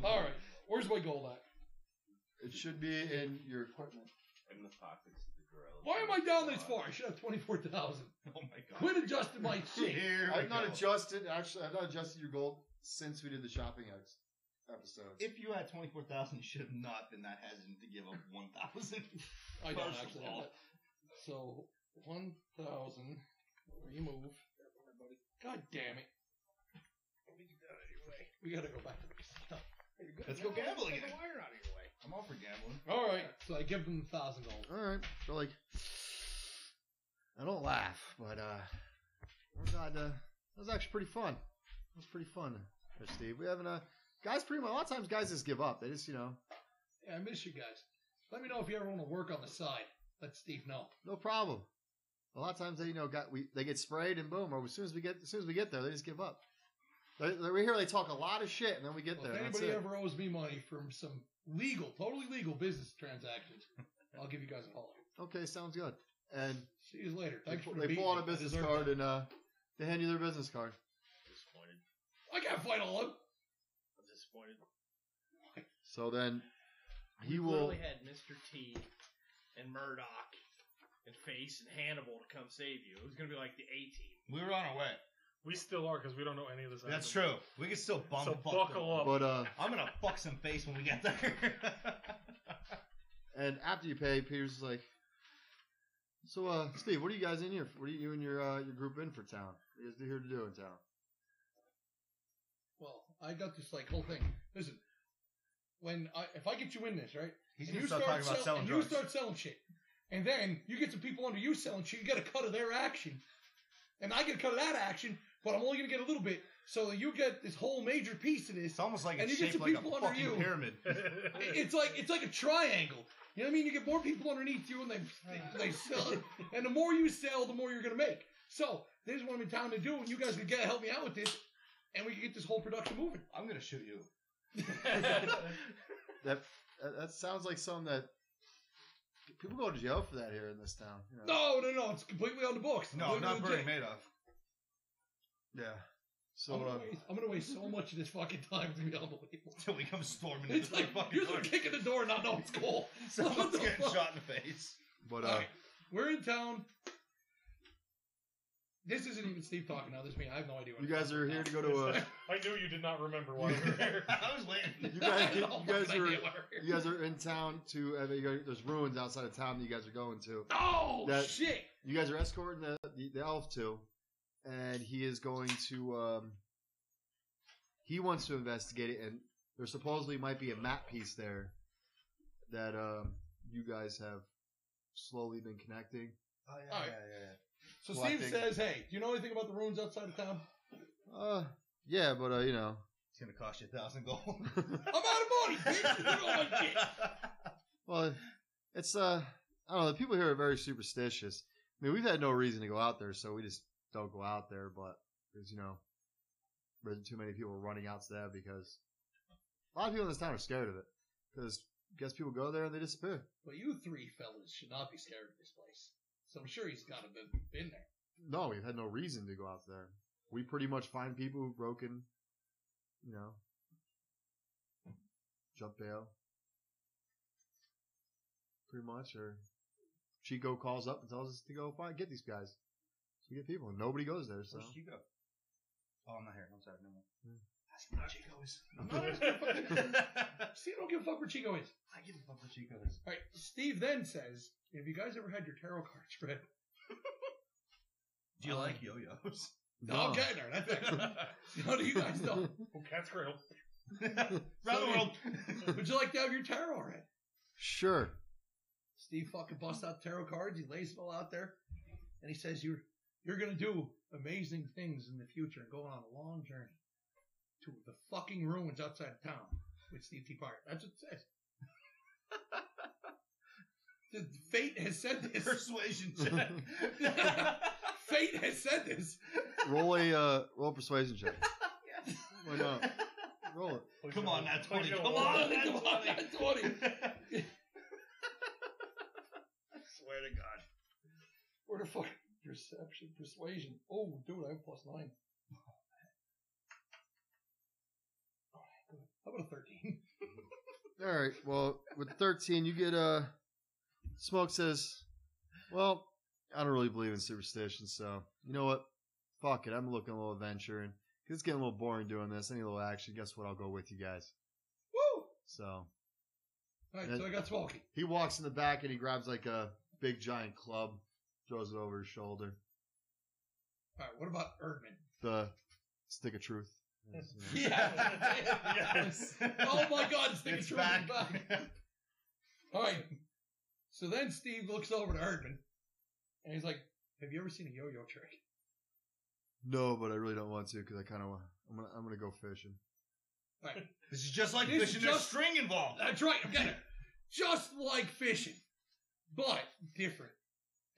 S4: All right, where's my gold at?
S1: It should be in your equipment.
S6: In the pockets of the gorilla.
S4: Why am I down this far? I should have twenty-four thousand.
S3: Oh my god.
S4: Quit adjusting my shit.
S3: Here we
S1: I've not
S3: go.
S1: adjusted. Actually, I've not adjusted your gold since we did the shopping ex- episode.
S3: If you had twenty four thousand, you should have not been that hesitant to give up one thousand.
S4: I don't
S3: First of
S4: actually
S3: all.
S4: have it. So one thousand remove. God damn it. We gotta go back to the casino.
S3: Let's go gamble again.
S5: Wire out of your way.
S3: I'm all for gambling.
S4: All right, so I give them a thousand gold.
S1: All right, so like, I don't laugh, but uh, we're not, uh, that was actually pretty fun. That was pretty fun, there, Steve. We haven't uh, guys pretty much a lot of times guys just give up. They just you know
S4: Yeah, I miss you guys. Let me know if you ever want to work on the side. Let Steve know.
S1: no problem. A lot of times they you know got we they get sprayed and boom, or as soon as we get as soon as we get there they just give up. They, they, we hear they talk a lot of shit and then we get
S4: Well,
S1: there.
S4: if
S1: and that's
S4: anybody
S1: it.
S4: ever owes me money from some legal, totally legal business transactions, I'll give you guys a holler.
S1: Okay, sounds good. And
S4: See you later.
S1: they,
S4: Thanks for the
S1: they
S4: beating.
S1: pull out a
S4: I
S1: business
S4: deserve
S1: card
S4: it.
S1: and uh, they hand you their business card.
S5: Disappointed.
S4: I can't fight all of them.
S5: I'm disappointed.
S1: So then he
S5: we
S1: will.
S5: literally had Mr. T and Murdoch and Face and Hannibal to come save you. It was gonna be like the A team.
S3: We were on our way.
S2: We still are because we don't know any of this.
S3: That's
S2: happened.
S3: true. We can still bum
S2: So
S3: fuck
S2: buckle
S3: them.
S4: Oh.
S2: up.
S1: But uh,
S3: I'm gonna fuck some face when we get there.
S1: and after you pay, Peter's is like, so uh, Steve, what are you guys in here? For? What are you and your uh, your group in for town? What are you guys here to do in town?
S4: Well, I got this like whole thing. Listen, when I, if I get you in this, right?
S3: He's
S4: and
S3: gonna
S4: you
S3: start talking about
S4: sell-
S3: selling
S4: and
S3: drugs.
S4: you start selling shit, and then you get some people under you selling shit. You get a cut of their action, and I get a cut of that action, but I'm only gonna get a little bit. So you get this whole major piece of this.
S3: It's almost like
S4: And
S3: it's
S4: you get
S3: shaped
S4: some
S3: like a
S4: people under
S3: fucking
S4: you.
S3: pyramid.
S4: It's like it's like a triangle. You know what I mean? You get more people underneath you, and they they, they sell, it. and the more you sell, the more you're gonna make. So this is what I'm in town to do, and you guys can get help me out with this, and we can get this whole production moving.
S3: I'm gonna shoot you.
S1: That that, that sounds like something that people go to jail for that here in this town. You know?
S4: No, no, no, it's completely on the books.
S3: no,
S4: Completely
S3: not
S4: legit.
S3: Bernie Madoff.
S1: Yeah. So
S4: I'm
S1: uh,
S4: gonna, waste, I'm gonna waste so much of this fucking time to be unbelievable.
S3: Till we come storming into
S4: It's
S3: the
S4: like
S3: fucking
S4: you're just
S3: door.
S4: kicking the door, and not knowing it's cold. What
S3: Someone's
S4: the
S3: getting
S4: fuck?
S3: shot in the face.
S1: but
S4: All
S1: uh,
S4: right, we're in town. This isn't even Steve talking now. This is me. I have no idea. What
S1: you guys are here to go to a.
S2: I knew you did not remember why
S3: I
S2: we were here.
S3: was waiting.
S1: You guys,
S4: I
S1: you
S4: have no
S1: guys
S4: fucking
S1: are.
S4: idea why we're
S1: You
S4: here.
S1: guys are in town to. Uh, you guys- there's ruins outside of town that you guys are going to.
S4: Oh
S1: That-
S4: shit!
S1: you guys are escorting the, the, the elf to, and he is going to um, He wants to investigate it, and there supposedly might be a map piece there that um, you guys have slowly been connecting.
S3: Oh yeah,
S4: All right.
S3: yeah,
S4: So
S1: Well, I
S4: Steve
S1: think-
S4: says, "Hey, do you know anything about the ruins outside of town?
S1: Uh, yeah, but uh, you know,
S3: It's gonna cost you a thousand gold.
S4: I'm out of money, bitch. You don't like it.
S1: well, it's uh, I don't know. The people here are very superstitious. I mean, we've had no reason to go out there, so we just don't go out there. But because you know, there isn't too many people running out to that because a lot of people in this town are scared of it. Because guess people go there and they disappear.
S4: But you three fellas should not be scared of this place. So I'm sure he's gotta been been there.
S1: No, we've had no reason to go out there. We pretty much find people who've broken, you know, jump bail. Pretty much, or Chico calls up and tells us to go find get these guys. So we get people, and nobody goes there. So
S3: Where's Chico? Oh, I'm not here. I'm sorry. No more.
S1: Hmm.
S3: That's not Chico is.
S4: not See, I don't give a fuck where Chico is.
S3: I give a fuck what Chico is.
S4: All right. Steve then says, "Have you guys ever had your tarot cards read?
S3: Do you like yo-yos?
S4: No, I'm getting there. That's it. no, do you guys don't?
S2: Oh, cat's cradle.
S3: Round the world.
S4: Would you like to have your tarot read?"
S1: sure.
S4: Steve fucking busts out tarot cards. He lays them all out there, and he says, "You're you're gonna do amazing things in the future and go on a long journey to the fucking ruins outside of town with Steve T. Park." That's what it says. The fate has said this.
S3: Persuasion check.
S4: Fate has said this.
S1: Roll a uh, roll a persuasion check. Why not? Roll it.
S2: Please
S3: Come
S2: don't.
S3: on, that's
S2: Please
S3: funny.
S2: don't.
S3: Come on, that's
S4: Come on,
S3: funny.
S4: that's funny.
S3: Swear to God.
S4: Where the fuck? Perception, persuasion. Oh, dude, I have plus nine. Alright, good. How about a thirteen?
S1: All right. Well, with 13, you get Uh, Smoke says, "Well, I don't really believe in superstition, so you know what? Fuck it. I'm looking a little adventure, and 'cause it's getting a little boring doing this. Any little action, guess what? I'll go with you guys."
S4: Woo!
S1: So
S4: All right, so I got smoking.
S1: he walks in the back and he grabs like a big giant club, throws it over his shoulder.
S4: All right, what about Erdman?
S1: The stick of truth. is, you know,
S3: yes.
S4: oh my God, it's
S3: It's
S4: thinking
S3: back.
S4: back. back. All right. So then Steve looks over to Erdman, and he's like, "Have you ever seen a yo-yo trick?"
S1: no, but I really don't want to because I kind of want. I'm gonna I'm gonna go fishing.
S3: This is just like
S4: This
S3: fishing.
S4: is
S3: There's
S4: just-
S3: string involved.
S4: That's right. I'm getting it. Just like fishing, but different.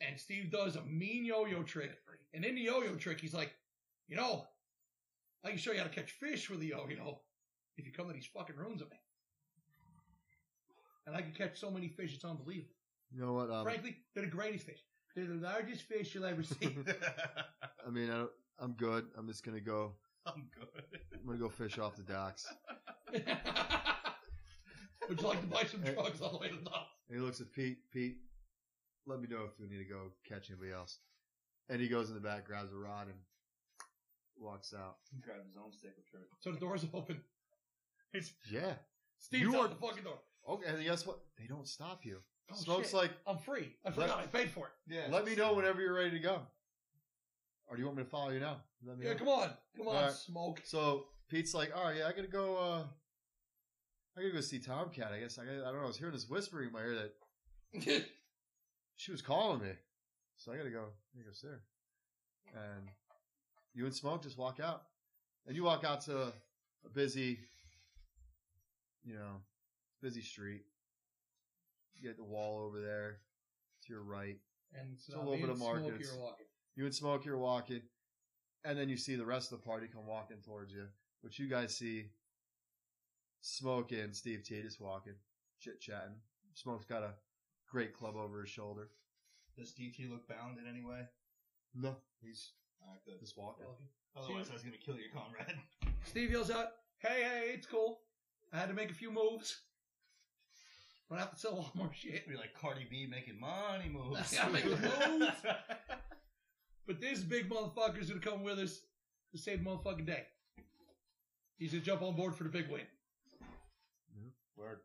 S4: And Steve does a mean yo-yo trick, and in the yo-yo trick, he's like, "You know, I can show you how to catch fish with a yo-yo if you come to these fucking rooms with me." And I can catch so many fish, it's unbelievable.
S1: You know what? Um,
S4: Frankly, they're the greatest fish. They're the largest fish you'll ever see.
S1: I mean, I don't, I'm good. I'm just gonna go.
S3: I'm good.
S1: I'm gonna go fish off the docks.
S4: Would you like to buy some drugs all the way to the top?
S1: And he looks at Pete. Pete, let me know if you need to go catch anybody else. And he goes in the back, grabs a rod, and walks out.
S3: Grabbed his own stick of truth.
S4: So the door's open.
S1: Yeah.
S4: Steve's
S1: You
S4: out
S1: are-
S4: the fucking door.
S1: Okay. And guess what? They don't stop you.
S4: Oh,
S1: Smoke's
S4: shit.
S1: like,
S4: I'm free. I forgot. I paid for it.
S3: Yeah.
S1: let me know whenever you're ready to go. Or do you want me to follow you now? Let me
S4: Yeah,
S1: know.
S4: come on. Come on,
S1: All right.
S4: Smoke.
S1: So Pete's like, all right, yeah, I gotta go. uh I gotta go see Tomcat. I guess I, gotta, I don't know. I was hearing this whispering in my ear that she was calling me, so I gotta go. I gotta go see her. And you and Smoke just walk out, and you walk out to a busy, you know, busy street. You get the wall over there to your right.
S4: and so
S1: It's a
S4: now
S1: little
S4: me
S1: bit
S4: and
S1: of
S4: Smoke
S1: markets.
S4: here walking.
S1: You and Smoke, you're walking, and then you see the rest of the party come walking towards you. But you guys see Smoke and Steve T just walking, chit chatting. Smoke's got a great club over his shoulder.
S3: Does DT look bound in any way?
S1: No, he's
S3: Alright, good.
S1: just walking.
S3: Otherwise, I was gonna kill your comrade.
S4: Steve yells out, hey, hey, it's cool. I had to make a few moves. I'm going to have to sell all more shit.
S3: Be like Cardi B making money moves.
S4: Yeah, making moves. But this big motherfucker's gonna come with us to save the motherfucking day. He's gonna jump on board for the big win.
S3: Word.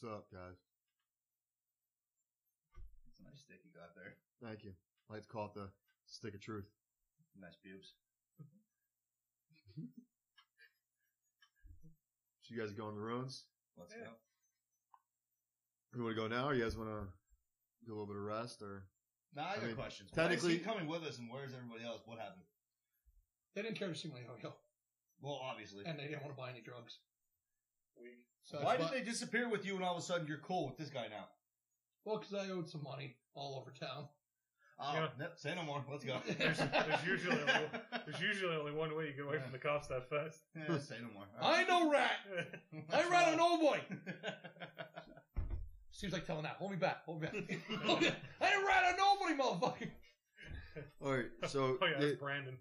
S1: What's up, guys?
S3: It's a nice stick you got there.
S1: Thank you. I like to call it the stick of truth.
S3: Nice boobs.
S1: So you guys go in the ruins.
S3: Let's
S2: Yeah.
S3: go.
S1: You want to go now, or you guys want to do a little bit of rest, or
S3: Now I
S1: I
S3: got
S1: mean,
S3: questions. Why
S1: technically-
S3: is he coming with us, and where's everybody else? What happened?
S4: They didn't care to see my yo-yo,
S3: Well, obviously.
S4: and they didn't want to buy any drugs. So I
S3: Why
S4: bought-
S3: did they disappear with you, and all of a sudden you're cool with this guy now?
S4: Well, because I owed some money all over town.
S3: Oh,
S2: Yeah.
S3: no, say no more. Let's go.
S4: There's-
S2: there's usually only- There's usually only one way you get away from the cops that fast.
S3: Yeah, say no more.
S4: I know rat. I rat on old boy. Seems like telling that. Hold me back. Hold me back. I didn't rat on nobody, motherfucker.
S1: all right? So
S2: Oh yeah,
S1: they-
S2: that's Brandon.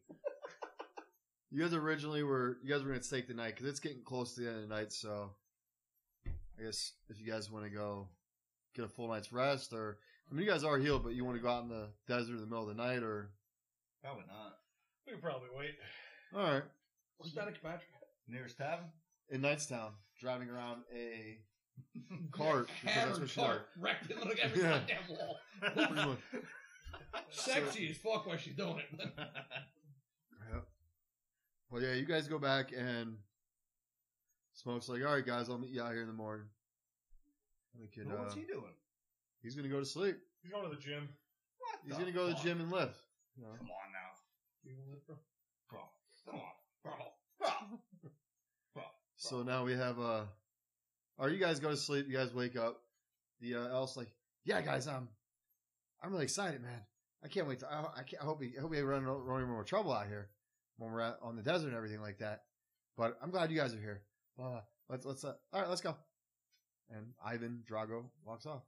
S1: you guys originally were you guys were gonna stake the night because it's getting close to the end of the night. So I guess if you guys want to go get a full night's rest, or I mean, you guys are healed, but you want to go out in the desert in the middle of the night, or
S3: Probably not.
S2: We could probably wait.
S1: all right
S4: What's that, Patrick?
S3: Nearest tavern?
S1: in Knightstown, driving around a cart because that's what
S4: Hammered
S1: she does.
S4: cart, wrecked it like every
S1: Yeah.
S4: goddamn wall.
S1: Pretty much.
S4: Sexy as fuck while she's doing it.
S1: Yep. Well, yeah, you guys go back and Smoke's like, all right, guys, I'll meet you out here in the morning. And we can, uh,
S3: What's he doing?
S1: he's going to go to sleep.
S2: He's going to the gym.
S3: What
S1: He's
S3: the
S1: going to go to the
S3: fuck?
S1: gym and lift. You know?
S3: Come on now. Bro. Come on.
S4: Bro,
S3: Bro.
S1: So now we have, uh, or you guys go to sleep. You guys wake up. The uh, elf's like, yeah, guys, I'm, I'm really excited, man. I can't wait to. I, I, can't, I hope we, I hope we run no- run into more trouble out here when we're out on the desert and everything like that. But I'm glad you guys are here. Blah, blah. Let's let's uh, all right, let's go. And Ivan Drago walks off.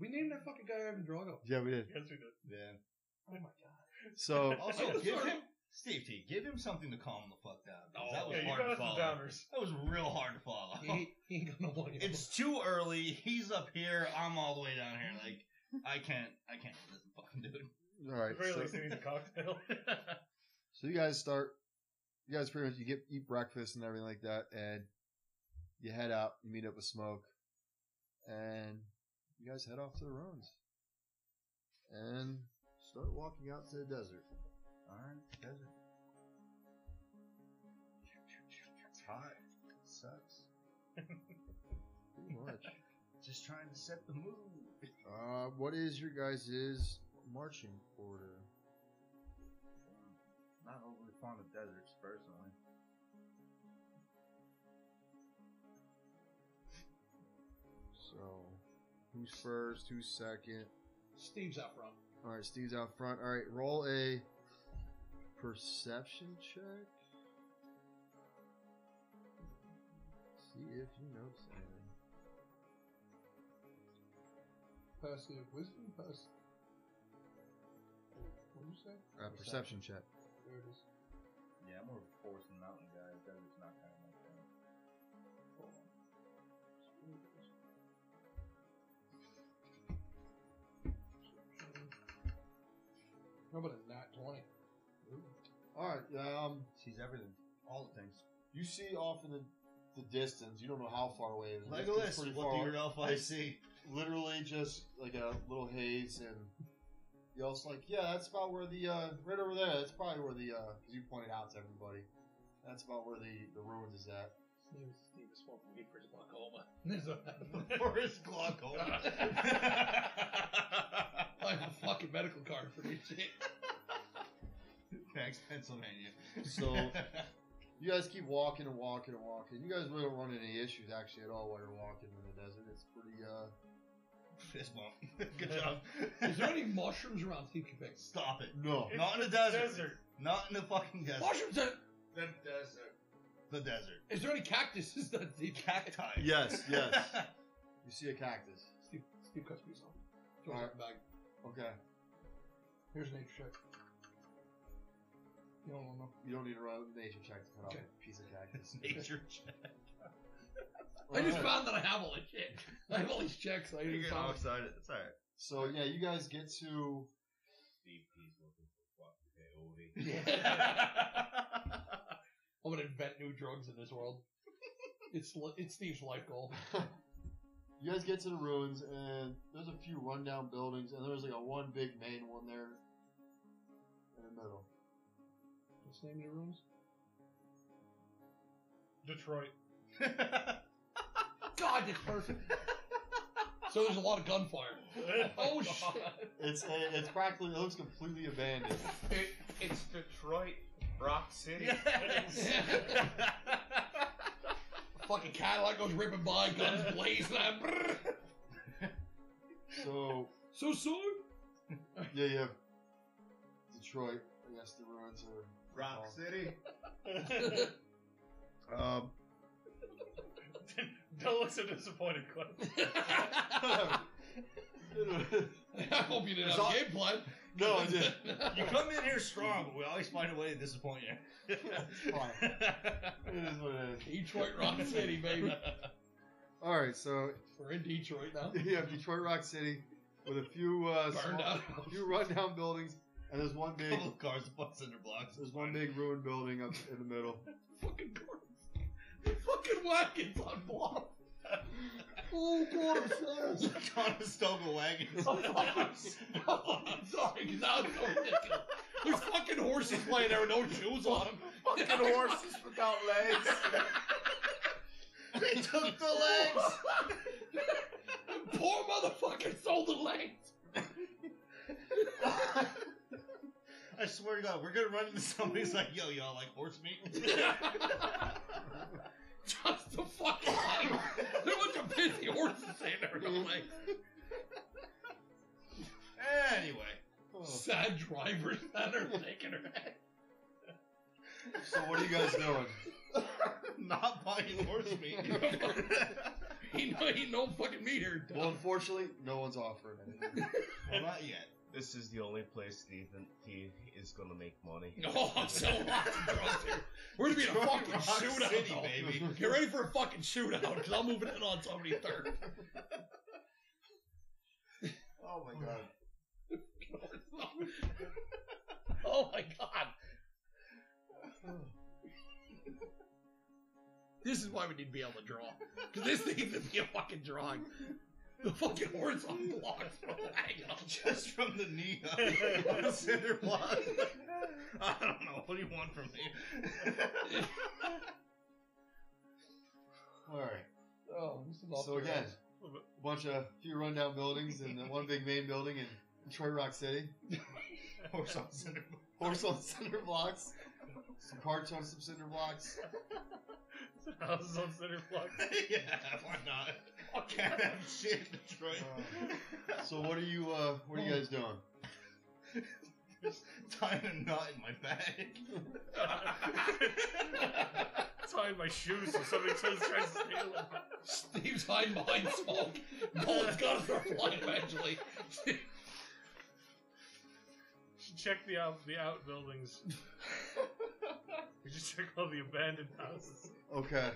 S4: we named that fucking guy Ivan Drago.
S1: Yeah, we did.
S2: Yes, we did.
S3: Yeah.
S4: Oh my god.
S1: So
S3: Also,
S4: I'm
S3: give
S4: sorry.
S3: him, Steve T, give him something to calm the fuck down. 'cause
S4: Oh,
S3: that was
S2: yeah, you
S3: hard
S2: got
S3: to
S2: us
S3: follow.
S2: the downers.
S3: That was real hard to follow.
S4: He, ain't- he ain't got no money.
S3: It's too early. He's up here. I'm all the way down here. Like I can't. I can't with this fucking dude.
S1: all right,
S2: At the very
S1: so-
S2: least, he needs a cocktail.
S1: So you guys start. You guys pretty much you get eat breakfast and everything like that, and you head out. You meet up with Smoke, and you guys head off to the ruins and start walking out to the desert.
S3: All right, desert. It's hot. It sucks.
S1: Pretty much.
S3: Just trying to set the mood.
S1: uh, what is your guys' marching order?
S3: Not overly fond of deserts personally.
S1: So who's first? Who's second?
S4: Steve's out front.
S1: All right, Steve's out front. All right, roll a perception check. See if you notice anything.
S4: Passive wisdom, passive. What did you say?
S1: Uh, perception check.
S4: There it is.
S3: Yeah, I'm more of a forest and mountain guy. Desert's not kind of my thing.
S4: How about a nat 20?
S1: All right. Um,
S3: Sees everything, all the things.
S1: you see off in the, the distance. You don't know how far away. it is. It's pretty
S3: Legolas,
S1: far
S3: what do your elf eyes see?
S1: literally just like a little haze and y'all's like yeah that's about where the uh right over there that's probably where the uh 'cause you pointed out to everybody that's about where the the ruins is at
S4: Steve is, Steve is smoking weed for his glaucoma. There's a,
S3: Forest glaucoma.
S4: I have a fucking medical card for this shit.
S3: Thanks, Pennsylvania.
S1: So- you guys keep walking and walking and walking you guys really don't run into any issues actually at all while you're walking in the desert it's pretty uh
S3: fist bump. Good job.
S4: Is there any mushrooms around Steve can pick?
S3: Stop it.
S1: no
S2: It's
S3: Not in the desert.
S2: desert.
S3: Not in the fucking desert.
S4: Mushrooms are,
S3: The desert. The desert.
S4: Is there any cactuses that Steve
S3: Cacti.
S1: yes yes you see a cactus
S4: Steve, Steve cuts me some. Throws
S1: Alright.
S4: it back.
S1: okay
S4: Here's an nature check. You don't wanna know.
S1: you don't need to run a nature check to cut off
S4: Okay.
S1: a piece of cactus
S3: Nature check.
S4: I just
S1: Alright.
S4: found that I have all this shit. I have all these checks. I
S3: You're
S4: just
S3: getting all
S4: found.
S3: excited. It's alright.
S1: so yeah you guys get to
S6: Steve T's looking for fuck peyote.
S4: I'm gonna invent new drugs in this world. It's li- it's Steve's life goal.
S1: you guys get to the ruins, and there's a few rundown buildings, and there's like a one big main one there in the middle.
S4: What's the name of the rooms?
S2: Detroit.
S4: God, this person. so there's a lot of gunfire. Oh, shit.
S1: It's it's practically it looks completely abandoned.
S7: It, it's Detroit, Rock City.
S5: Yes.
S4: Fucking Cadillac goes ripping by, guns blazing. I'm- brrr.
S1: So
S4: So sorry.
S1: yeah, you have Detroit. I guess the ruins are
S3: Rock City.
S1: Um,
S2: Don't look so disappointed, Clint.
S4: I hope you didn't
S1: It's
S4: have
S1: all-
S4: a game plan.
S1: no, I did.
S3: You come in here strong, but we always find a way to disappoint you.
S1: It's fine. It is what it is.
S4: Detroit Rock City, baby.
S1: All right, so
S4: We're in Detroit now.
S1: you have Detroit Rock City with a few uh,
S4: Burned
S1: small-
S4: out.
S1: a few rundown buildings, and there's one big
S3: Couple of cars, butts under blocks.
S1: there's one big ruined building up in the middle.
S4: fucking Gordon's. The fucking wagon's on block. oh, Gordon says.
S3: Conestoga wagons.
S4: Oh, I'm s- oh, I'm sorry, because that was so ridiculous. There's fucking horses playing there with no shoes on them. Fucking horses without legs.
S3: they took the legs.
S4: Poor motherfucker sold the legs.
S3: I swear to God, we're gonna run into somebody who's like, "Yo, y'all like horse meat?"
S4: Just the fucking legs. There was a busy horses saying there were no legs.
S3: anyway,
S1: Oh.
S4: Sad drivers that are shaking her head.
S1: So what are you guys doing?
S3: not buying horse meat.
S4: He know he no fucking meat here.
S1: Well, unfortunately, no one's offering anything.
S3: well, not yet.
S6: This is the only place Steve he is gonna make money.
S4: Oh, I'm so lost in drugs here. We're gonna be in a
S3: Detroit
S4: fucking
S3: Rock
S4: shootout,
S3: City,
S4: though.
S3: baby.
S4: Get ready for a fucking shootout, because I'm moving in on somebody third.
S1: Oh my god.
S4: oh my god. This is why we need to be able to draw. Because this needs to be a fucking drawing. The fucking horse on blocks from hang up.
S3: Just from the knee up, on a cinder block. I don't know. What do you want from me?
S1: All right.
S4: Oh, this is
S1: So again, a bunch of few rundown buildings and then one big main building in Detroit Rock City.
S3: horse on cinder block.
S1: Horse on cinder blocks. Some carts on some cinder blocks.
S2: Houses on center block.
S3: yeah, why not? I can't have shit in Detroit.
S1: Uh, So what are you? Uh, what are you guys doing?
S3: Just tying a knot in my bag.
S2: Tying my shoes so somebody tries, tries to steal them.
S4: Steve's hiding behind smoke. Gold's gotta start flying eventually.
S2: Should check the out the outbuildings. we should check all the abandoned houses.
S1: Okay.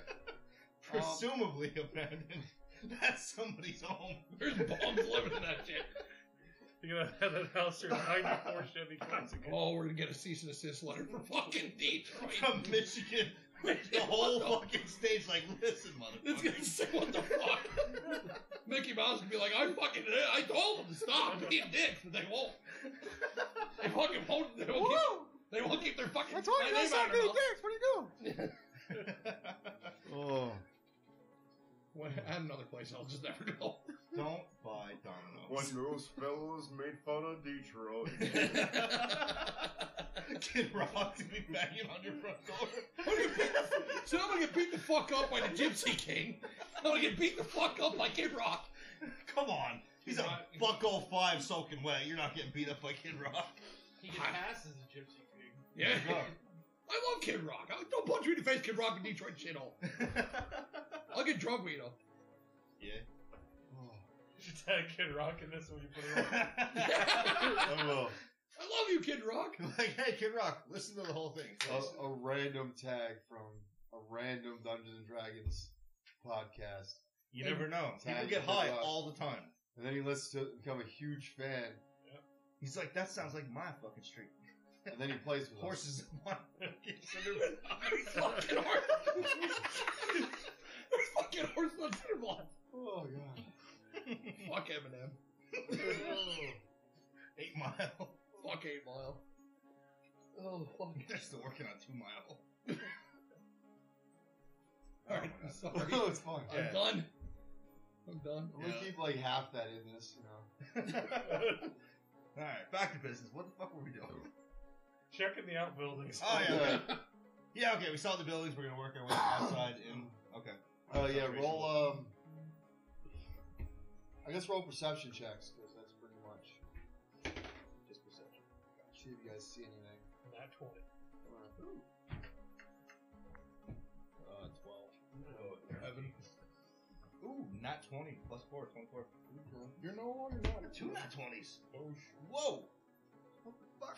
S3: Presumably abandoned. That's somebody's home.
S4: There's bombs living in that shit.
S2: You're gonna have that house here 94 Chevy Corsica.
S4: Oh, we're gonna get a cease and desist letter from fucking Detroit.
S3: From Michigan. The whole fucking stage, like, listen,
S4: It's
S3: motherfucker.
S4: gonna say what the fuck. Mickey Mouse can be like, I fucking, I told them to stop being dicks, but they won't. They fucking won't. They won't, keep, they won't keep their fucking. name out of their mouth.
S1: What are you doing? oh,
S4: Well, At another place, I'll just never go.
S3: Don't buy Domino's.
S6: those fellows made fun of Detroit.
S3: Kid Rock's gonna be banging on your front door.
S4: I'm gonna beat the, so I'm gonna get beat the fuck up by the Gypsy King. I'm gonna get beat the fuck up by Kid Rock.
S3: Come on. He's a buck oh five soaking wet. You're not getting beat up by Kid Rock.
S7: He can pass as a gypsy king.
S4: Yeah. I love Kid Rock. I, don't punch me in the face, Kid Rock and Detroit shithole. I'll get drunk with you though.
S1: oh.
S2: You should tag Kid Rock in this when you put it on.
S1: I will.
S4: I love you, Kid Rock.
S3: like, hey, Kid Rock, listen to the whole thing.
S1: A, a random tag from a random Dungeons and Dragons podcast,
S3: You never know. People
S1: Tag
S3: get
S1: Kid
S3: high
S1: Rock.
S3: all the time.
S1: and then he listens to it and become a huge fan,
S3: He's like, that sounds like my fucking street.
S1: and then he plays with us.
S3: Horses in my
S4: fucking horse. There's fucking horse on center block.
S1: Oh god.
S4: Fuck Eminem.
S3: eight mile.
S4: Fuck Eight Mile. Oh fuck.
S3: They're still working on two mile.
S4: All right, I'm sorry.
S1: no, it's fine.
S4: I'm done. I'm done.
S1: We keep like half that in this, you know.
S3: All right, back to business. What the fuck were we doing?
S2: Checking the outbuildings.
S3: Oh yeah. okay.
S1: uh,
S3: Yeah, okay. We saw the buildings. We're gonna work our way outside in. Okay.
S1: Oh yeah, roll. Um, I guess roll perception checks because that's pretty much just perception. See if you guys see anything.
S2: Nat 20.
S1: Uh, twelve.
S3: Oh, Ooh, not twenty plus four, 24.
S4: You're no longer not.
S3: Two not twenties.
S2: Oh, sh-
S3: Whoa. What the fuck?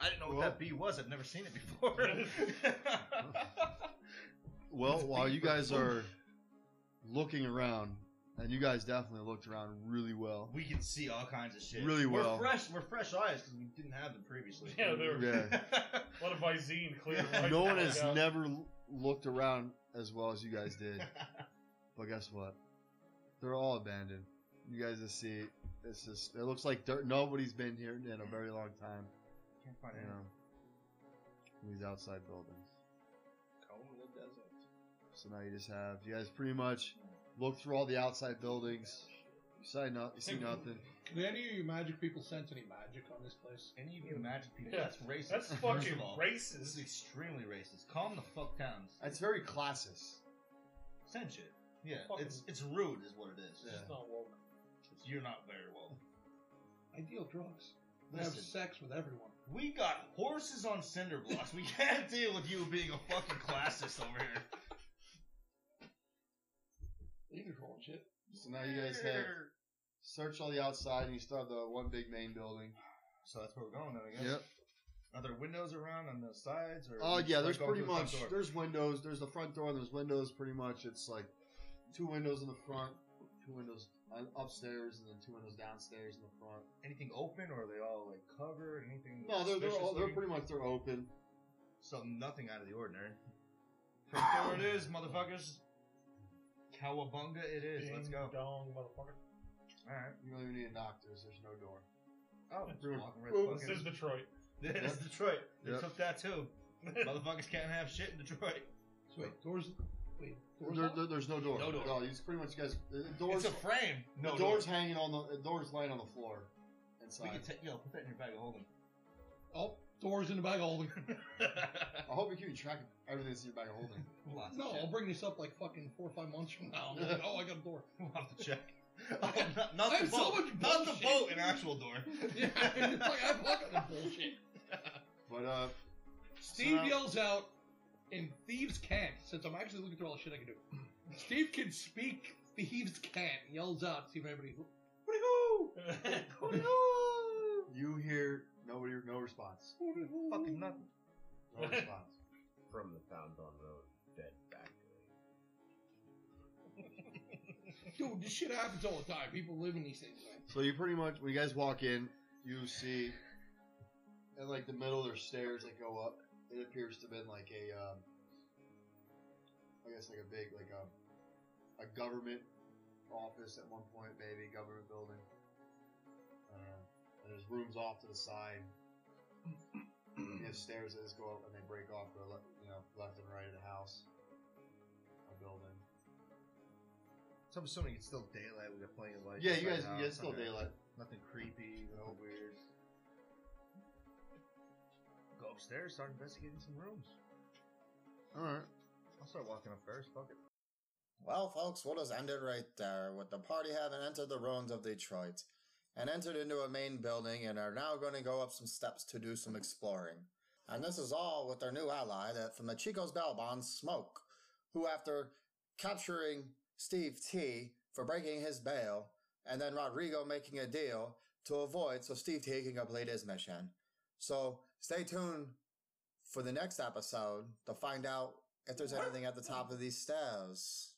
S3: I didn't know what
S1: Well-
S3: that B was. I've never seen it before.
S1: Well, while you guys are looking around, and you guys definitely looked around really well.
S3: we can see all kinds of shit.
S1: Really
S3: we're
S1: well.
S3: fresh. We're fresh eyes because we didn't have them previously.
S2: Yeah, they were-
S1: Yeah.
S2: a lot of Visine clear.
S3: Yeah,
S2: right
S1: No one
S2: now,
S1: has
S2: yeah.
S1: never l- looked around as well as you guys did. But guess what? They're all abandoned. You guys just see it's just it looks like dirt. nobody's been here in a very long time.
S3: Can't find
S1: You
S3: anything.
S1: know, in these outside buildings.
S5: Cold in the desert.
S1: So now you just have you guys pretty much look through all the outside buildings. You see, no, you see nothing.
S4: Did any of you magic people sense any magic on this place?
S3: Any of you imagine people?
S2: Yeah,
S3: That's racist.
S2: That's
S3: first
S2: fucking
S3: of all. This is
S2: racist.
S3: extremely racist. Calm the fuck down.
S1: It's very classist.
S3: Send shit. Yeah,
S2: Fucking-
S3: it's it's rude, is what it is.
S1: Yeah.
S2: It's not woke.
S3: You're not very well.
S4: I deal drugs. I have
S3: Listen,
S4: sex with everyone.
S3: we got horses on cinder blocks. We can't deal with you being a fucking classist over here.
S4: They control shit.
S1: So now you guys have search all the outside, and you still have the one big main building.
S3: So that's where we're going then, I guess. Are there windows around on the sides? Or
S1: Oh
S3: we
S1: yeah,
S3: just
S1: there's
S3: going
S1: pretty
S3: through the
S1: much
S3: front door?
S1: there's windows. There's the front door. and There's windows. Pretty much, it's like two windows in the front, two windows uh, upstairs, and then two windows downstairs in the front.
S3: anything open, or are they all like covered? Anything?
S1: No, they're they're,
S3: suspicious
S1: all, they're
S3: looking?
S1: pretty much they're open.
S3: So nothing out of the ordinary. Front door it is, motherfuckers. Cowabunga it is. Let's
S2: Ding
S3: go.
S2: Dong, motherfucker.
S3: All right.
S1: You don't even need a knock. There's there's no door.
S3: Oh,
S1: Dude.
S3: walking right
S2: Ooh,
S3: fucking-
S2: This is Detroit.
S3: This is Detroit. They
S1: Yep.
S3: took that too. Motherfuckers can't have shit in Detroit.
S4: So wait, doors. Wait, doors.
S1: There,
S4: locked?
S1: there- there's no door.
S3: No door.
S1: No, you just pretty much guys the doors.
S3: it's a frame.
S1: the
S3: No
S1: doors
S3: doors.
S1: hanging on the the doors laying on the floor
S3: We can
S1: inside.
S3: take. Yo, put that in your bag of holding.
S4: Oh, doors in the bag of holding.
S1: I hope you're keeping track of everything that's in your bag of holding.
S3: Lots of
S4: No,
S3: shit.
S4: I'll bring this up like fucking four or five months from now. I'm like, oh, I got a door.
S3: We'll have to check. Oh, not, not
S4: I
S3: the
S4: have so
S3: boat.
S4: much
S3: not the
S4: bullshit.
S3: boat. An actual door.
S4: yeah, it's like I fucking that bullshit.
S1: But uh,
S4: Steve
S1: So-
S4: yells out, and thieves can't. Since I'm actually looking through all the shit I can do, Steve can speak. Thieves can't. and Yells out. See if anybody. Hoo-dee-hoo! Hoo-dee-hoo!
S1: you hear nobody, no response.
S4: Hoo-dee-hoo!
S3: Fucking nothing.
S1: No response.
S6: From the found on road, dead factory.
S4: Dude, this shit happens all the time. People live in these things, man.
S1: So you pretty much, when you guys walk in, you see, in like the middle there's stairs that go up. It appears to have been like a, um, I guess like a big like a, a government office at one point, maybe government building. I don't know. And there's rooms off to the side. You have stairs that just go up and they break off to the le- you know left and right of the house, a building.
S3: So I'm assuming it's still daylight. We got plenty of light.
S1: Yeah, you
S3: inside
S1: guys,
S3: the
S1: you
S3: house.
S1: guys still
S3: Okay.
S1: daylight.
S3: Nothing creepy. No weird. Go upstairs. Start investigating some rooms.
S1: All right.
S3: I'll start walking up first. Fuck it.
S8: Well, folks, what is ended right there with the party having entered the ruins of Detroit and entered into a main building and are now going to go up some steps to do some exploring. And this is all with their new ally that from the Chico's Bell Bonds, Smoke, who after capturing Steve T for breaking his bail and then Rodrigo making a deal to avoid so Steve T can complete his mission. So stay tuned for the next episode to find out if there's anything at the top of these stairs.